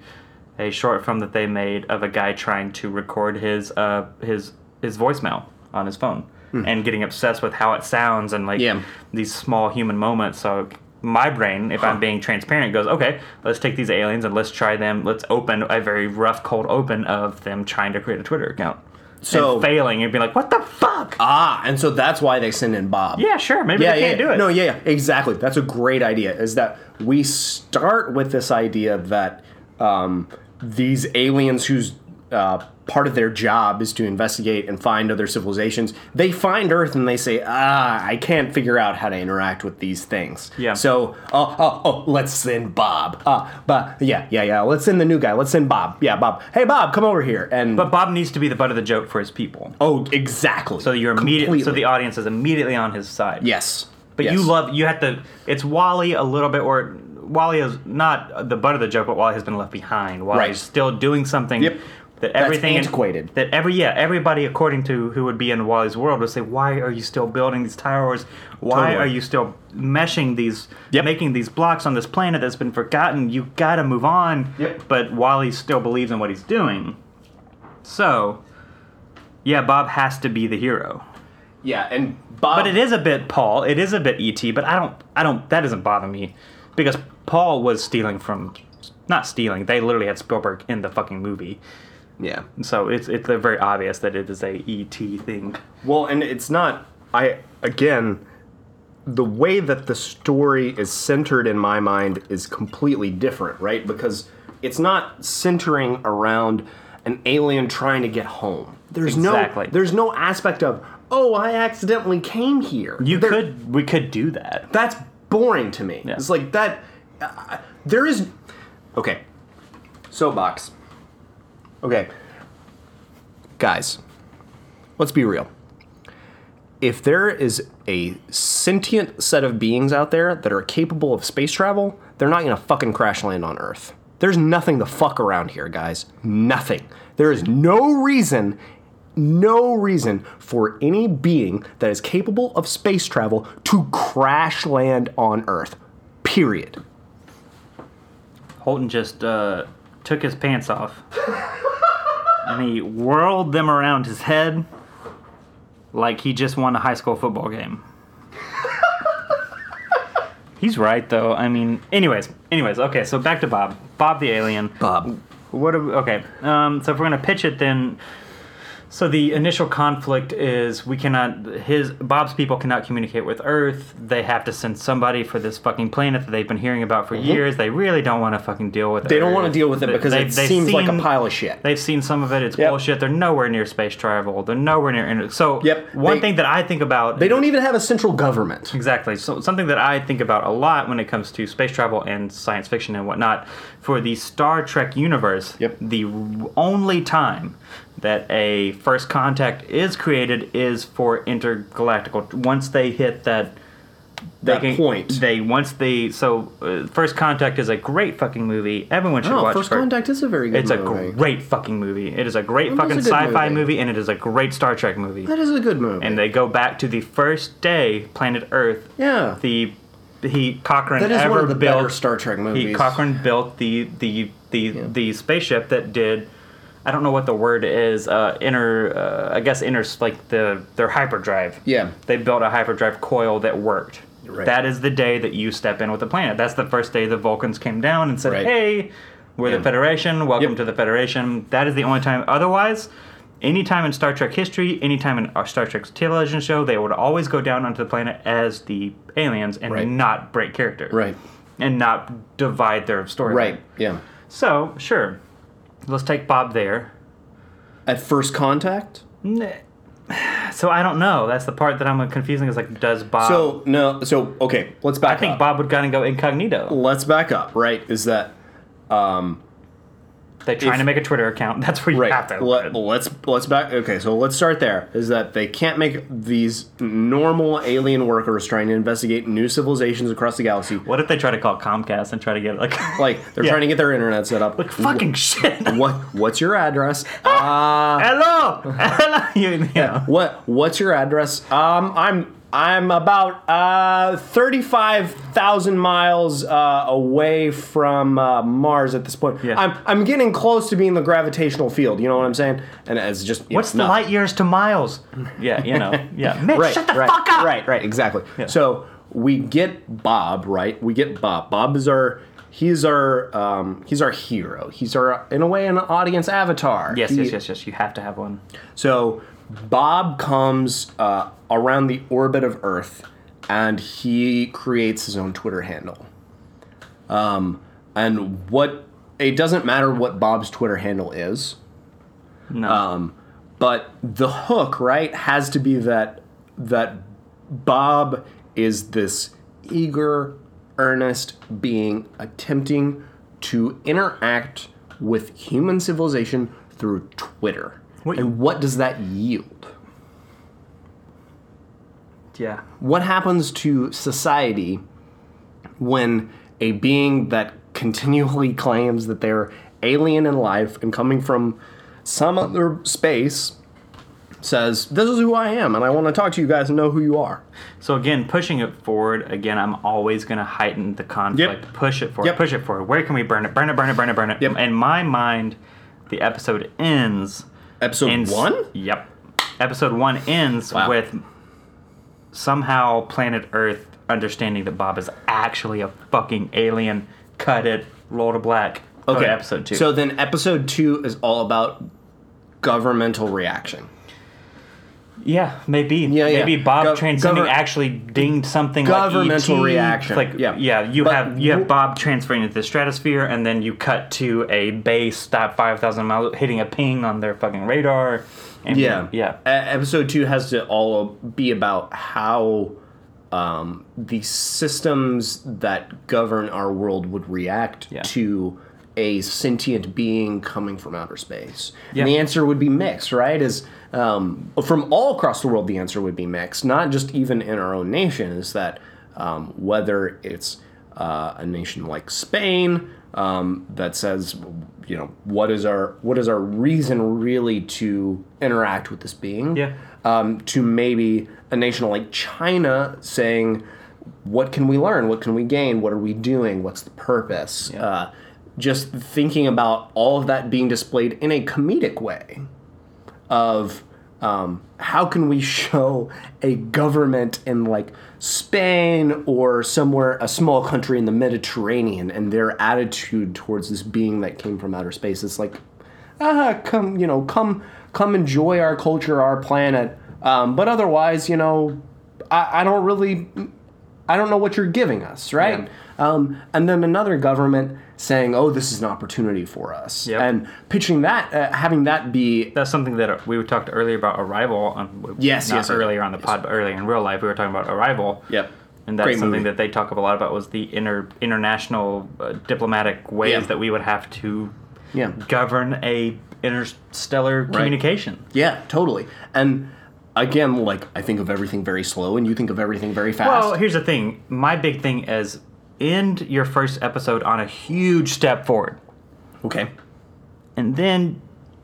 Speaker 2: a short film that they made of a guy trying to record his uh his his voicemail on his phone and getting obsessed with how it sounds and like
Speaker 1: Hmm. Yeah.
Speaker 2: these small human moments. So my brain, if I'm being transparent, goes, okay, let's take these aliens and let's try them. Let's open a very rough, cold open of them trying to create a Twitter account.
Speaker 1: So-
Speaker 2: and failing and being like, what the fuck?
Speaker 1: ah and so that's why they send in bob
Speaker 2: yeah, sure, maybe they
Speaker 1: yeah,
Speaker 2: can't
Speaker 1: yeah.
Speaker 2: do it.
Speaker 1: No, yeah, yeah, exactly. That's a great idea. Is that we start with this idea that um, these aliens whose uh, part of their job is to investigate and find other civilizations. They find Earth and they say, ah, I can't figure out how to interact with these things.
Speaker 2: Yeah.
Speaker 1: So, oh, oh, oh, let's send Bob. Ah, but yeah, yeah, yeah. Let's send the new guy. Let's send Bob. Yeah, Bob. Hey, Bob, come over here. And
Speaker 2: But Bob needs to be the butt of the joke for his people.
Speaker 1: oh, exactly.
Speaker 2: So you're immediately so
Speaker 1: Completely.
Speaker 2: the audience is immediately on his side.
Speaker 1: yes.
Speaker 2: But you
Speaker 1: Yes.
Speaker 2: love you have to. It's Wally a little bit, or Wally is not the butt of the joke, but Wally has been left behind. Wally's
Speaker 1: Right.
Speaker 2: still doing something.
Speaker 1: Yep.
Speaker 2: That everything
Speaker 1: antiquated.
Speaker 2: That every yeah, everybody according to who would be in Wally's world would say, why are you still building these towers? Why
Speaker 1: Totally.
Speaker 2: are you still meshing these,
Speaker 1: Yep.
Speaker 2: making these blocks on this planet that's been forgotten? You gotta move on.
Speaker 1: Yep.
Speaker 2: But Wally still believes in what he's doing. So, yeah, Bob has to be the hero.
Speaker 1: Yeah, and Bob.
Speaker 2: But it is a bit Paul. It is a bit ET. But I don't. I don't. That doesn't bother me because Paul was stealing from, not stealing. They literally had Spielberg in the fucking movie,
Speaker 1: Yeah.
Speaker 2: so it's it's very obvious that it is a ET thing.
Speaker 1: Well, and it's not. I again, the way that the story is centered in my mind is completely different, right? Because it's not centering around an alien trying to get home. There's
Speaker 2: Exactly.
Speaker 1: no. There's no aspect of oh, I accidentally came here.
Speaker 2: You
Speaker 1: There-
Speaker 2: could. We could do that.
Speaker 1: That's boring to me.
Speaker 2: Yeah.
Speaker 1: It's like that. Uh, there is. Okay. Soapbox. Okay. Guys, let's be real. If there is a sentient set of beings out there that are capable of space travel, they're not gonna fucking crash land on Earth. There's nothing to fuck around here, guys. Nothing. There is no reason, no reason for any being that is capable of space travel to crash land on Earth. Period.
Speaker 2: Holton just uh, took his pants off, and he whirled them around his head, like he just won a high school football game. He's right though. I mean, anyways, anyways. Okay, so back to Bob. Bob the alien.
Speaker 1: Bob.
Speaker 2: What? Are we, okay. Um, so if we're gonna pitch it, then. So the initial conflict is we cannot his Bob's people cannot communicate with Earth. They have to send somebody for this fucking planet that they've been hearing about for years. They really don't want to fucking deal with.
Speaker 1: Mm-hmm. They don't want to deal with it because it seems like a pile of shit.
Speaker 2: They've seen some of it. It's
Speaker 1: Yep.
Speaker 2: bullshit. They're nowhere near space travel. They're nowhere near. inter- So
Speaker 1: Yep,
Speaker 2: One
Speaker 1: they-
Speaker 2: thing that I think about.
Speaker 1: They don't even have a central government.
Speaker 2: Exactly. So something that I think about a lot when it comes to space travel and science fiction and whatnot, for the Star Trek universe,
Speaker 1: Yep.
Speaker 2: the only time that a first contact is created is for intergalactical. Once they hit that they
Speaker 1: That point.
Speaker 2: they once they so uh, first contact is a great fucking movie. Everyone should
Speaker 1: Oh,
Speaker 2: watch
Speaker 1: First
Speaker 2: Fir-
Speaker 1: Contact is a very good
Speaker 2: It's
Speaker 1: movie.
Speaker 2: a great fucking movie. It is a great
Speaker 1: It is
Speaker 2: fucking
Speaker 1: a good
Speaker 2: sci-fi movie.
Speaker 1: movie.
Speaker 2: and it is a great Star Trek movie.
Speaker 1: That is a good movie.
Speaker 2: And they go back to the first day planet Earth
Speaker 1: yeah.
Speaker 2: the he Cochrane
Speaker 1: That is
Speaker 2: ever
Speaker 1: one of the
Speaker 2: built
Speaker 1: better Star Trek movies.
Speaker 2: he Cochrane built the the the the spaceship that did I don't know what the word is uh inner uh, I guess inner like the their hyperdrive.
Speaker 1: Yeah.
Speaker 2: They built a hyperdrive coil that worked.
Speaker 1: Right.
Speaker 2: That is the day that you step in with the planet. That's the first day the Vulcans came down and said,
Speaker 1: Right.
Speaker 2: "Hey, we're the
Speaker 1: Yeah.
Speaker 2: Federation. Welcome
Speaker 1: Yep.
Speaker 2: to the Federation." That is the only time otherwise any time in Star Trek history, any time in our Star Trek's television show, they would always go down onto the planet as the aliens and
Speaker 1: Right.
Speaker 2: not break character.
Speaker 1: Right.
Speaker 2: And not divide their story.
Speaker 1: Right. Yeah.
Speaker 2: So, sure. Let's take Bob there.
Speaker 1: At First Contact.
Speaker 2: N- So I don't know. That's the part that I'm confusing is like, does Bob
Speaker 1: So uh, no. So okay. Let's back
Speaker 2: I think
Speaker 1: up.
Speaker 2: Bob would kinda go incognito.
Speaker 1: let's back up. Right. Is that
Speaker 2: They're trying
Speaker 1: if-
Speaker 2: to make a Twitter account. That's where you have
Speaker 1: right?
Speaker 2: to
Speaker 1: Let, let's let's back. Okay. So let's start there. Is that they can't make these normal alien workers trying to investigate new civilizations across the galaxy.
Speaker 2: What if they try to call Comcast and try to get like
Speaker 1: Like Uh, they're
Speaker 2: Yeah.
Speaker 1: trying to get their internet set up.
Speaker 2: like fucking shit.
Speaker 1: What what's your address? Uh,
Speaker 2: Hello! Hello! You- you know.
Speaker 1: What what's your address? Um, I'm I'm about uh, thirty five thousand miles uh, away from uh, Mars at this point.
Speaker 2: Yeah.
Speaker 1: I'm I'm getting close to being the gravitational field. You know what I'm saying? And it's just you
Speaker 2: What's the
Speaker 1: know,
Speaker 2: light years to miles? Yeah, you know. Yeah. Mitch,
Speaker 1: Right,
Speaker 2: shut the
Speaker 1: right,
Speaker 2: fuck up!
Speaker 1: Right, right, exactly. So we get Bob, right? We get Bob. Bob is our he's our um, he's our hero. He's our in a way an audience avatar.
Speaker 2: Yes,
Speaker 1: He-
Speaker 2: yes, yes, yes. You have to have one.
Speaker 1: So Bob comes uh, around the orbit of Earth, and he creates his own Twitter handle. Um, and what it doesn't matter what Bob's Twitter handle is.
Speaker 2: No.
Speaker 1: Um, but the hook, right, has to be that that Bob is this eager, earnest being attempting to interact with human civilization through Twitter.
Speaker 2: What-
Speaker 1: and what does that yield?
Speaker 2: yeah.
Speaker 1: What happens to society when a being that continually claims that they're alien in life and coming from some other space says, This is who I am, and I want to talk to you guys and know who you are?
Speaker 2: So again, pushing it forward. Again, I'm always going to heighten the conflict.
Speaker 1: Yep.
Speaker 2: Push it forward.
Speaker 1: Yep.
Speaker 2: Push it forward. Where can we burn it? Burn it. Burn it. Burn it. Burn it.
Speaker 1: Yep.
Speaker 2: In my mind, the episode ends.
Speaker 1: Episode
Speaker 2: in s-
Speaker 1: one?
Speaker 2: Yep. Episode one ends
Speaker 1: Wow.
Speaker 2: with somehow planet Earth understanding that Bob is actually a fucking alien. Cut it. Roll to black. Go to oh, episode two.
Speaker 1: So then episode two is all about governmental reaction.
Speaker 2: Yeah, maybe.
Speaker 1: Yeah, yeah.
Speaker 2: Maybe Bob
Speaker 1: Gov-
Speaker 2: transcending
Speaker 1: govern-
Speaker 2: actually dinged something
Speaker 1: Governmental
Speaker 2: like ET.
Speaker 1: reaction.
Speaker 2: Like
Speaker 1: Yeah.
Speaker 2: you
Speaker 1: But
Speaker 2: have you have
Speaker 1: wh-
Speaker 2: Bob transferring into the stratosphere, and then you cut to a base that five thousand miles, hitting a ping on their fucking radar. And
Speaker 1: Yeah,
Speaker 2: yeah.
Speaker 1: E- episode two has to all be about how um, the systems that govern our world would react
Speaker 2: Yeah.
Speaker 1: to a sentient being coming from outer space.
Speaker 2: Yeah.
Speaker 1: And the answer would be mixed, right? Is um, from all across the world, the answer would be mixed. Not just even in our own nation. Is that um, whether it's uh, a nation like Spain um, that says, you know, what is our what is our reason really to interact with this being?
Speaker 2: Yeah.
Speaker 1: um, to maybe a nation like China saying, what can we learn? What can we gain? What are we doing? What's the purpose?
Speaker 2: Yeah.
Speaker 1: Uh, just thinking about all of that being displayed in a comedic way of um, how can we show a government in like Spain or somewhere a small country in the Mediterranean and their attitude towards this being that came from outer space? It's like, ah, come, you know, come, come enjoy our culture, our planet. Um, but otherwise, you know, I, I don't really, I don't know what you're giving us, right? Um, and then another government saying, oh, this is an opportunity for us,
Speaker 2: Yep.
Speaker 1: and pitching that, uh, having that be
Speaker 2: That's something that we talked earlier about Arrival. On,
Speaker 1: Yes,
Speaker 2: not
Speaker 1: yes, I-
Speaker 2: earlier on the pod, but earlier in real life, we were talking about Arrival.
Speaker 1: Yep.
Speaker 2: and that's
Speaker 1: Great
Speaker 2: something
Speaker 1: movie.
Speaker 2: that they talk a lot about was the inter international uh, diplomatic ways
Speaker 1: Yeah.
Speaker 2: that we would have to
Speaker 1: Yeah.
Speaker 2: govern a interstellar communication.
Speaker 1: Yeah, totally. And again, like I think of everything very slow, and you think of everything very fast.
Speaker 2: Well, here's the thing. My big thing is end your first episode on a huge step forward,
Speaker 1: okay,
Speaker 2: and then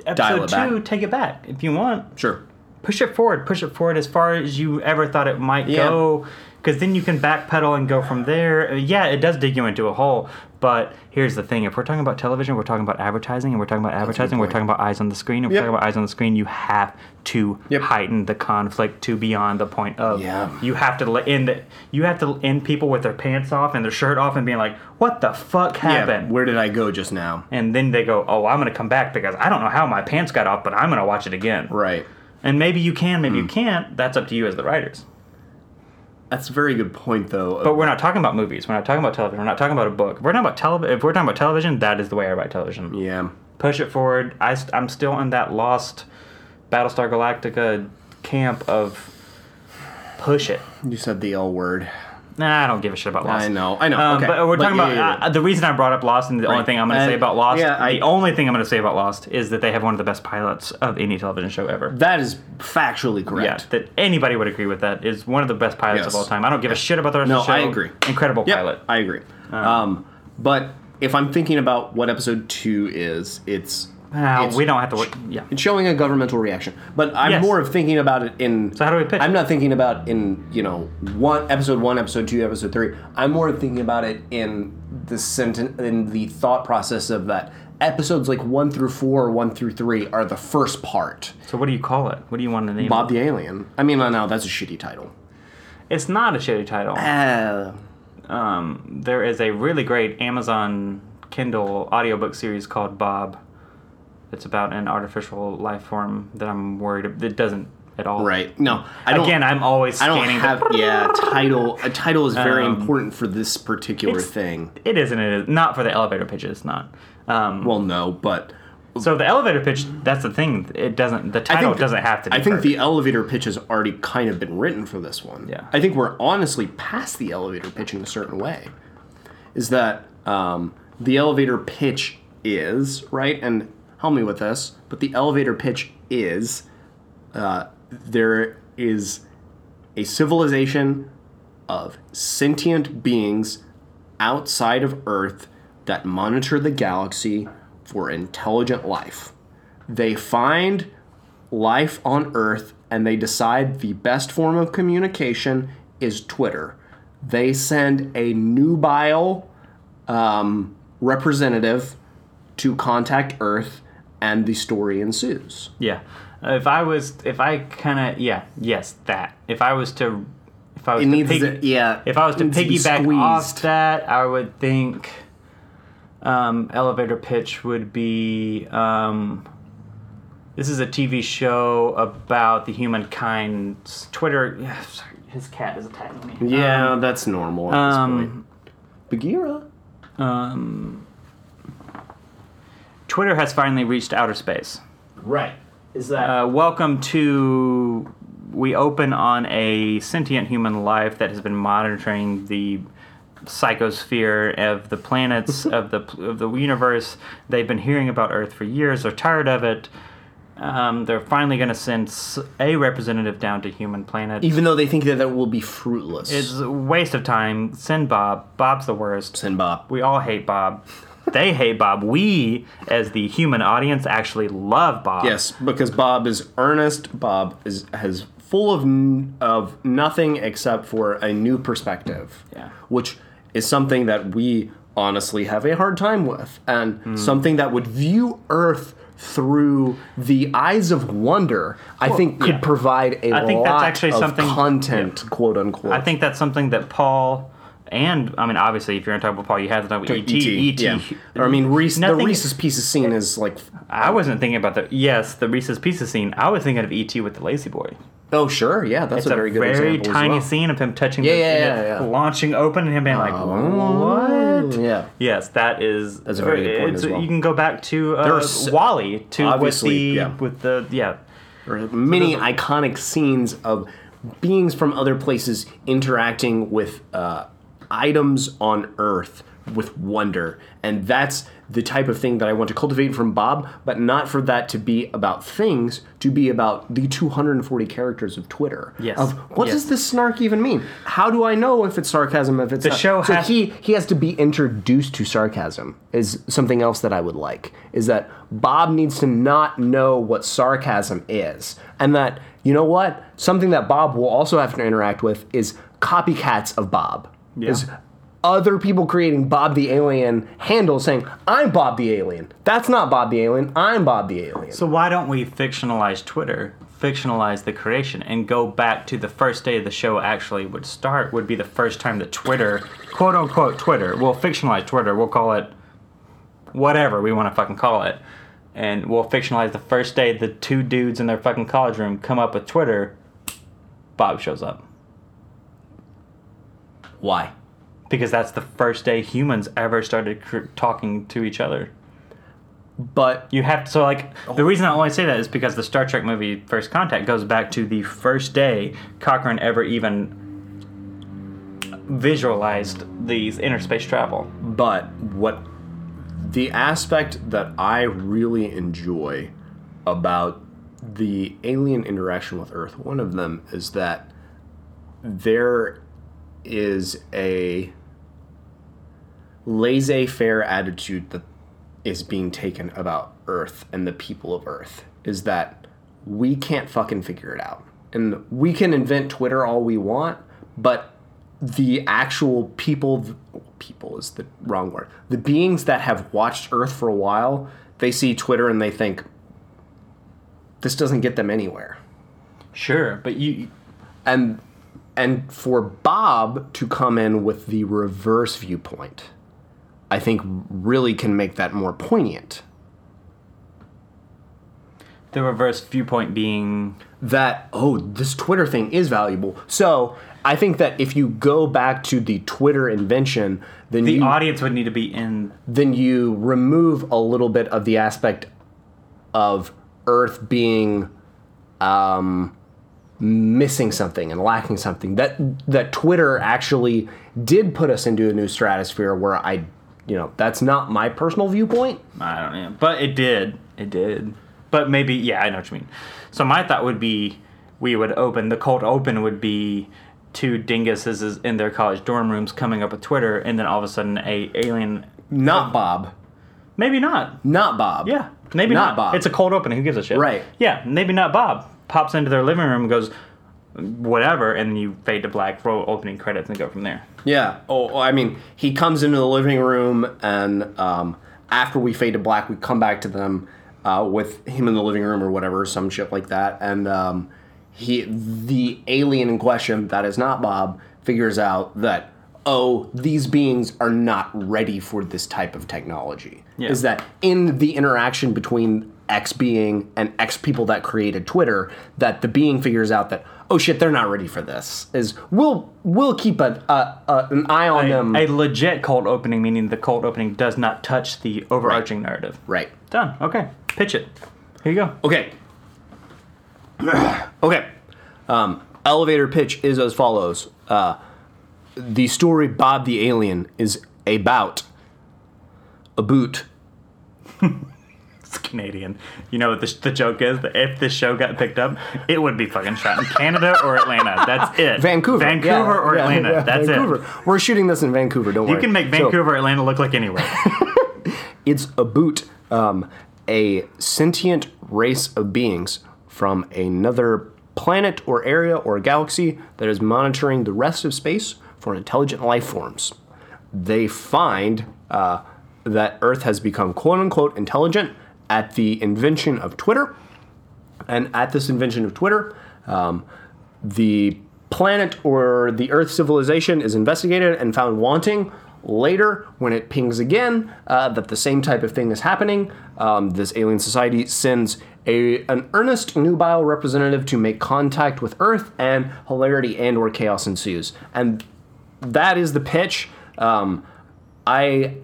Speaker 2: episode
Speaker 1: it back.
Speaker 2: two, take it back if you want.
Speaker 1: sure.
Speaker 2: push it forward push it forward as far as you ever thought it might
Speaker 1: Yeah.
Speaker 2: go because then you can backpedal and go from there Uh, yeah it does dig you into a hole but here's the thing if we're talking about television we're talking about advertising and we're talking about advertising we're
Speaker 1: point.
Speaker 2: talking about eyes on the screen and
Speaker 1: Yep.
Speaker 2: we're talking about eyes on the screen you have to
Speaker 1: Yep.
Speaker 2: heighten the conflict to beyond the point of
Speaker 1: Yeah.
Speaker 2: you have to le- end it you have to end people with their pants off and their shirt off and being like what the fuck happened
Speaker 1: Yeah, where did I go just now?
Speaker 2: and then they go oh i'm gonna come back because i don't know how my pants got off but i'm gonna watch it again
Speaker 1: Right.
Speaker 2: and maybe you can, maybe
Speaker 1: Hmm.
Speaker 2: you can't. That's up to you as the writers.
Speaker 1: That's a very good point, though.
Speaker 2: But we're not talking about movies. We're not talking about television. We're not talking about a book. We're talking about television. If we're talking about television, that is the way I write television.
Speaker 1: yeah,
Speaker 2: Push it forward. I st- I'm still in that lost Battlestar Galactica camp of push it.
Speaker 1: you said the L word.
Speaker 2: Nah, I don't give a shit about Lost.
Speaker 1: I know, I know.
Speaker 2: Um,
Speaker 1: okay.
Speaker 2: But we're talking
Speaker 1: yeah,
Speaker 2: about
Speaker 1: yeah, yeah.
Speaker 2: Uh, the reason I brought up Lost, and the only
Speaker 1: Right.
Speaker 2: thing I'm going to say
Speaker 1: And-
Speaker 2: about Lost,
Speaker 1: yeah, I-
Speaker 2: the only thing I'm going to say about Lost is that they have one of the best pilots of any television show ever.
Speaker 1: that is factually correct.
Speaker 2: Yeah, that anybody would agree with that is one of the best pilots
Speaker 1: Yes.
Speaker 2: of all time. I don't give a shit about the rest
Speaker 1: No,
Speaker 2: of the show.
Speaker 1: I agree.
Speaker 2: Incredible
Speaker 1: Yep,
Speaker 2: pilot. Uh.
Speaker 1: I agree. Um, but if I'm thinking about what episode two is, it's
Speaker 2: Ah,
Speaker 1: it's
Speaker 2: we don't have to work. Yeah.
Speaker 1: It's showing a governmental reaction. But I'm
Speaker 2: Yes.
Speaker 1: more of thinking about it in.
Speaker 2: So how do we pitch?
Speaker 1: I'm not thinking about in you know one episode one, episode two, episode three. I'm more thinking about it in the sentence in the thought process of that episodes like one through four, one through three are the first part.
Speaker 2: So what do you call it? What do you want to name
Speaker 1: Bob the Alien. I mean, I know that's a shitty title.
Speaker 2: it? It's not a shitty title.
Speaker 1: Uh,
Speaker 2: Um, there is a really great Amazon Kindle audiobook series called Bob. It's about an artificial life form that I'm worried it doesn't at all.
Speaker 1: right? No, I don't.
Speaker 2: Again, I'm always
Speaker 1: I don't
Speaker 2: scanning. the-
Speaker 1: have. Yeah, title. A title is very
Speaker 2: Um,
Speaker 1: important for this particular
Speaker 2: it's-
Speaker 1: thing.
Speaker 2: It isn't. It is not for the elevator pitches. It's not. Um,
Speaker 1: Well, no, but
Speaker 2: So the elevator pitch, that's the thing. It doesn't. The title
Speaker 1: th-
Speaker 2: doesn't have to. Be
Speaker 1: I think
Speaker 2: perfect.
Speaker 1: the elevator pitch has already kind of been written for this one.
Speaker 2: Yeah.
Speaker 1: I think we're honestly past the elevator pitch in a certain way. Is that um, the elevator pitch is right? And help me with this, but the elevator pitch is uh, there is a civilization of sentient beings outside of Earth that monitor the galaxy for intelligent life. They find life on Earth and they decide the best form of communication is Twitter. They send a nubile um, representative to contact Earth, and the story ensues.
Speaker 2: Yeah. If I was, if I kind of, yeah, yes, that. If I was to, if I was
Speaker 1: It
Speaker 2: to
Speaker 1: needs
Speaker 2: pig-
Speaker 1: to- yeah,
Speaker 2: If I was to
Speaker 1: needs to be
Speaker 2: piggyback
Speaker 1: squeezed.
Speaker 2: off that, I would think, um, elevator pitch would be, um, this is a TV show about the humankind's Twitter. yeah, Sorry, his cat is attacking me.
Speaker 1: Yeah, that's normal. At
Speaker 2: Um,
Speaker 1: this point. Bagheera.
Speaker 2: Twitter has finally reached outer space.
Speaker 1: Right. Is that
Speaker 2: Uh, welcome to. We open on a sentient human life that has been monitoring the psychosphere of the planets of the of the universe. They've been hearing about Earth for years. They're tired of it. Um, they're finally going to send s- a representative down to human planet.
Speaker 1: even though they think that that will be fruitless?
Speaker 2: It's a waste of time. Send Bob. Bob's the worst.
Speaker 1: Sin Bob.
Speaker 2: We all hate Bob. They hate Bob. We, as the human audience, actually love Bob.
Speaker 1: Yes, because Bob is earnest. Bob is has full of n- of nothing except for a new perspective.
Speaker 2: Yeah.
Speaker 1: Which is something that we honestly have a hard time with and
Speaker 2: Hmm.
Speaker 1: something that would view Earth through the eyes of wonder, I think could
Speaker 2: yeah.
Speaker 1: provide a
Speaker 2: I think
Speaker 1: lot
Speaker 2: that's actually
Speaker 1: of
Speaker 2: something-
Speaker 1: content, quote unquote.
Speaker 2: I think that's something that Paul and I mean, obviously, if you're on top about Paul, you have to talk about E ET. ET.
Speaker 1: E yeah. Or, I mean, Reese, the
Speaker 2: Nothing-
Speaker 1: Reese's Pieces scene is like,
Speaker 2: I wasn't thinking about the yes, the Reese's Pieces scene. I was thinking of ET with the Lazy Boy.
Speaker 1: oh sure, yeah, that's
Speaker 2: It's
Speaker 1: a very good example
Speaker 2: tiny
Speaker 1: as well.
Speaker 2: scene of him touching, the,
Speaker 1: yeah, yeah,
Speaker 2: and it
Speaker 1: yeah.
Speaker 2: launching open, and him being like, "What?"
Speaker 1: Yeah,
Speaker 2: Yes, that is. That's
Speaker 1: a very good point as well.
Speaker 2: You can go back to uh,
Speaker 1: There's-
Speaker 2: Wally to with the
Speaker 1: obviously, yeah.
Speaker 2: with the yeah.
Speaker 1: there are many iconic scenes of beings from other places interacting with uh, items on Earth with wonder, and that's the type of thing that I want to cultivate from Bob, but not for that to be about things, to be about the 240 characters of Twitter.
Speaker 2: Yes.
Speaker 1: Of what
Speaker 2: Yes.
Speaker 1: does this snark even mean? How do I know if it's sarcasm? If it's
Speaker 2: The
Speaker 1: not?
Speaker 2: show
Speaker 1: so
Speaker 2: has-
Speaker 1: he he has to be introduced to sarcasm is something else that I would like is that Bob needs to not know what sarcasm is and that you know what something that Bob will also have to interact with is copycats of Bob is other people creating Bob the alien handle saying I'm Bob the alien that's not Bob the alien I'm Bob the alien
Speaker 2: So why don't we fictionalize Twitter, fictionalize the creation, and go back to the first day the show actually would start? Would be the first time that Twitter, quote unquote, Twitter. We'll fictionalize Twitter. We'll call it whatever we want to fucking call it, and we'll fictionalize the first day the two dudes in their fucking college room come up with Twitter. Bob shows up
Speaker 1: why
Speaker 2: because that's the first day humans ever started cr- talking to each other.
Speaker 1: but
Speaker 2: You have so like the reason I only say that is because the Star Trek movie First Contact goes back to the first day Cochrane ever even visualized these interspace travel.
Speaker 1: But what the aspect that I really enjoy about the alien interaction with Earth, one of them is that there is a laissez faire attitude that is being taken about Earth and the people of Earth is that we can't fucking figure it out. And we can invent Twitter all we want, but the actual people people is the wrong word. The beings that have watched Earth for a while, they see Twitter and they think this doesn't get them anywhere
Speaker 2: Sure, but you
Speaker 1: and and for Bob to come in with the reverse viewpoint, I think really can make that more poignant.
Speaker 2: the reverse viewpoint being
Speaker 1: That oh, this Twitter thing is valuable. So I think that if you go back to the Twitter invention, then
Speaker 2: the
Speaker 1: you
Speaker 2: audience would need to be in
Speaker 1: then you remove a little bit of the aspect of Earth being um, missing something and lacking something. That that Twitter actually did put us into a new stratosphere where I, you know, that's not my personal viewpoint.
Speaker 2: I don't know. But it did. It did. But maybe, yeah, I know what you mean. So my thought would be we would open, the cold open would be two dinguses in their college dorm rooms coming up with Twitter, and then all of a sudden a alien.
Speaker 1: Not Bob.
Speaker 2: Maybe not.
Speaker 1: Not Bob.
Speaker 2: Yeah. Maybe
Speaker 1: Not
Speaker 2: not.
Speaker 1: Bob.
Speaker 2: It's a cold open. Who gives a shit?
Speaker 1: Right.
Speaker 2: Yeah. Maybe not Bob. Pops into their living room and goes, whatever, and then you fade to black, roll opening credits, and go from there.
Speaker 1: Yeah. Oh, oh, I mean, he comes into the living room, and um, after we fade to black, we come back to them uh, with him in the living room or whatever, some shit like that. And um, he, the alien in question, that is not Bob, figures out that oh, these beings are not ready for this type of technology.
Speaker 2: Yeah.
Speaker 1: Is that in the interaction between X being and X people that created Twitter that the being figures out that oh shit they're not ready for this is we'll we'll keep a, a, a an eye on them
Speaker 2: a legit cold opening, meaning the cold opening does not touch the overarching narrative.
Speaker 1: right
Speaker 2: Done. Okay. Pitch it. Here you go.
Speaker 1: okay okay um, elevator pitch is as follows uh, the story Bob the alien is about a boot
Speaker 2: It's Canadian. You know what the, the joke is? That if this show got picked up, it would be fucking shot in Canada or Atlanta. That's it.
Speaker 1: Vancouver
Speaker 2: Vancouver
Speaker 1: Yeah,
Speaker 2: or
Speaker 1: yeah,
Speaker 2: Atlanta.
Speaker 1: yeah,
Speaker 2: That's
Speaker 1: Vancouver.
Speaker 2: it.
Speaker 1: we're shooting this in Vancouver don't
Speaker 2: You
Speaker 1: worry
Speaker 2: can make
Speaker 1: So-
Speaker 2: Vancouver or Atlanta look like anywhere.
Speaker 1: It's a boot, um, a sentient race of beings from another planet or area or galaxy that is monitoring the rest of space for intelligent life forms. They find uh, that Earth has become quote unquote intelligent at the invention of Twitter. And at this invention of Twitter, um, the planet or the Earth civilization is investigated and found wanting. Later, when it pings again uh, that the same type of thing is happening, um, this alien society sends a, an earnest nubile representative to make contact with Earth, and hilarity and/or chaos ensues. And that is the pitch. Um, I,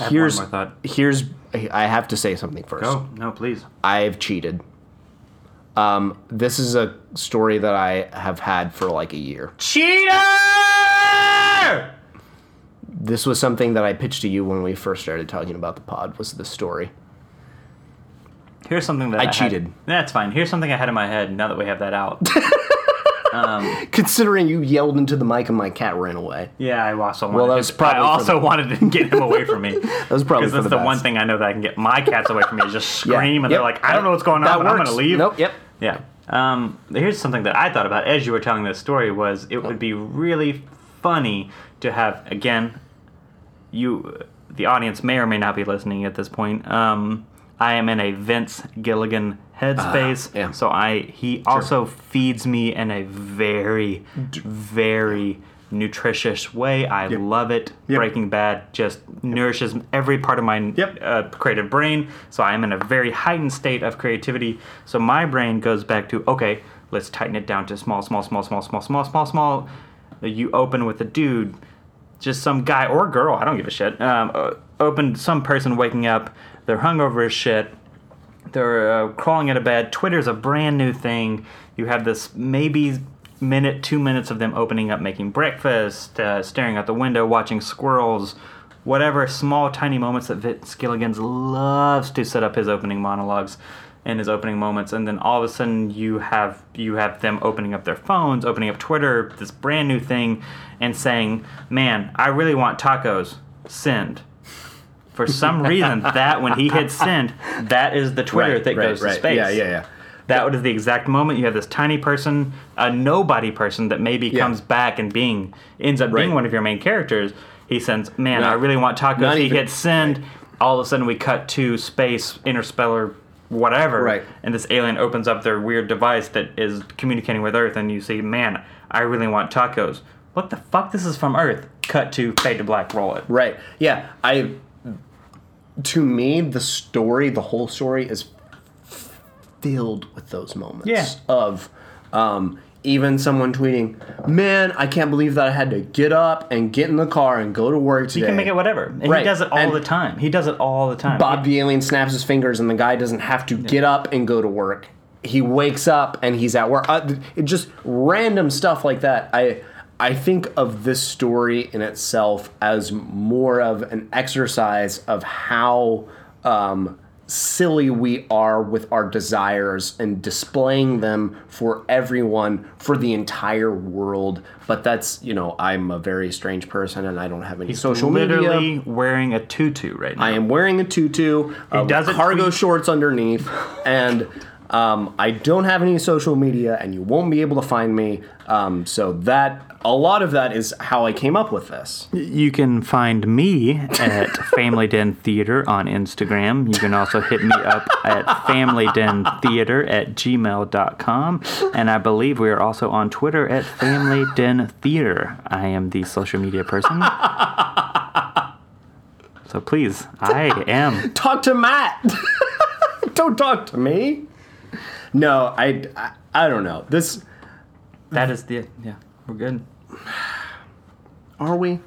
Speaker 2: have
Speaker 1: here's
Speaker 2: one more thought.
Speaker 1: here's I have to say something first.
Speaker 2: oh, no, please.
Speaker 1: I've cheated. Um, this is a story that I have had for like a year.
Speaker 2: Cheater!
Speaker 1: This was something that I pitched to you when we first started talking about the pod. Was the story?
Speaker 2: Here's something that I, had-
Speaker 1: cheated.
Speaker 2: That's fine. Here's something I had in my head now that we have that out.
Speaker 1: Considering you yelled into the mic and my cat ran away.
Speaker 2: Yeah, I also wanted.
Speaker 1: Well, that was probably
Speaker 2: I
Speaker 1: for
Speaker 2: also wanted to get him away from me. that
Speaker 1: was probably for
Speaker 2: that's
Speaker 1: the
Speaker 2: the,
Speaker 1: best.
Speaker 2: one thing I know that I can get my cats away from me is just
Speaker 1: Yeah.
Speaker 2: scream, and they're
Speaker 1: Yep.
Speaker 2: like, "I don't know what's going on,
Speaker 1: That
Speaker 2: but I'm
Speaker 1: works.
Speaker 2: gonna leave."
Speaker 1: Nope. Yep.
Speaker 2: Yeah. Um, here's something that I thought about as you were telling this story was it would be really funny to have again, you, the audience may or may not be listening at this point. Um, I am in a Vince Gilligan headspace,
Speaker 1: Ah, yeah.
Speaker 2: so I he also feeds me in a very, very nutritious way. I love it.
Speaker 1: Yep.
Speaker 2: Breaking Bad just nourishes every part of my
Speaker 1: Yep.
Speaker 2: uh, creative brain. So I am in a very heightened state of creativity. So my brain goes back to okay, let's tighten it down to small, small, small, small, small, small, small, small. You open with a dude, just some guy or girl. I don't give a shit. Um, uh, open some person waking up. They're hungover as shit they're uh, crawling out of bed. Twitter's a brand new thing. You have this maybe minute, two minutes of them opening up, making breakfast, uh, staring out the window, watching squirrels, whatever small, tiny moments that Vince Gilligan loves to set up his opening monologues and his opening moments. And then all of a sudden, you have you have them opening up their phones, opening up Twitter, this brand new thing, and saying, "Man, I really want tacos. Send." For some reason, that when he hits send, that is the Twitter that goes to space.
Speaker 1: Yeah, yeah, yeah.
Speaker 2: That is the exact moment you have this tiny person, a nobody person that maybe
Speaker 1: Yeah.
Speaker 2: comes back and being ends up being
Speaker 1: Right.
Speaker 2: one of your main characters. He sends, "Man,
Speaker 1: Not-
Speaker 2: I really want tacos."
Speaker 1: not
Speaker 2: He
Speaker 1: even-
Speaker 2: hits send. All of a sudden, we cut to space, interstellar, whatever,
Speaker 1: Right.
Speaker 2: and this alien opens up their weird device that is communicating with Earth, and you see, "Man, I really want tacos." What the fuck? This is from Earth. Cut to fade to black. Roll it.
Speaker 1: Right. Yeah. I. To me, the story, the whole story, is filled with those moments
Speaker 2: Yeah.
Speaker 1: of, um, even someone tweeting, "Man, I can't believe that I had to get up and get in the car and go to work today."
Speaker 2: He can make it whatever, and
Speaker 1: Right,
Speaker 2: he does it all
Speaker 1: and-
Speaker 2: the time. He does it all the time.
Speaker 1: Bob the alien snaps his fingers, and the guy doesn't have to get up and go to work. He wakes up and he's at work. Uh, th- it just random stuff like that. I I think of this story in itself as more of an exercise of how um, silly we are with our desires and displaying them for everyone for the entire world. But that's you know I'm a very strange person and I don't have any social media.
Speaker 2: literally wearing a tutu right now.
Speaker 1: I am wearing a tutu, uh, with
Speaker 2: doesn't
Speaker 1: cargo
Speaker 2: tweet.
Speaker 1: shorts underneath, and um, I don't have any social media, and you won't be able to find me. Um, so that a lot of that is how I came up with this.
Speaker 2: You can find me at Family Den Theater on Instagram. You can also hit me up at FamilyDenTheater at gmail.com. And I believe we are also on Twitter at Family Den Theater. I am the social media person. So please, I am.
Speaker 1: Talk to Matt. don't talk to me. No, I, I I don't know. This
Speaker 2: That is the. Yeah, we're good.
Speaker 1: are we?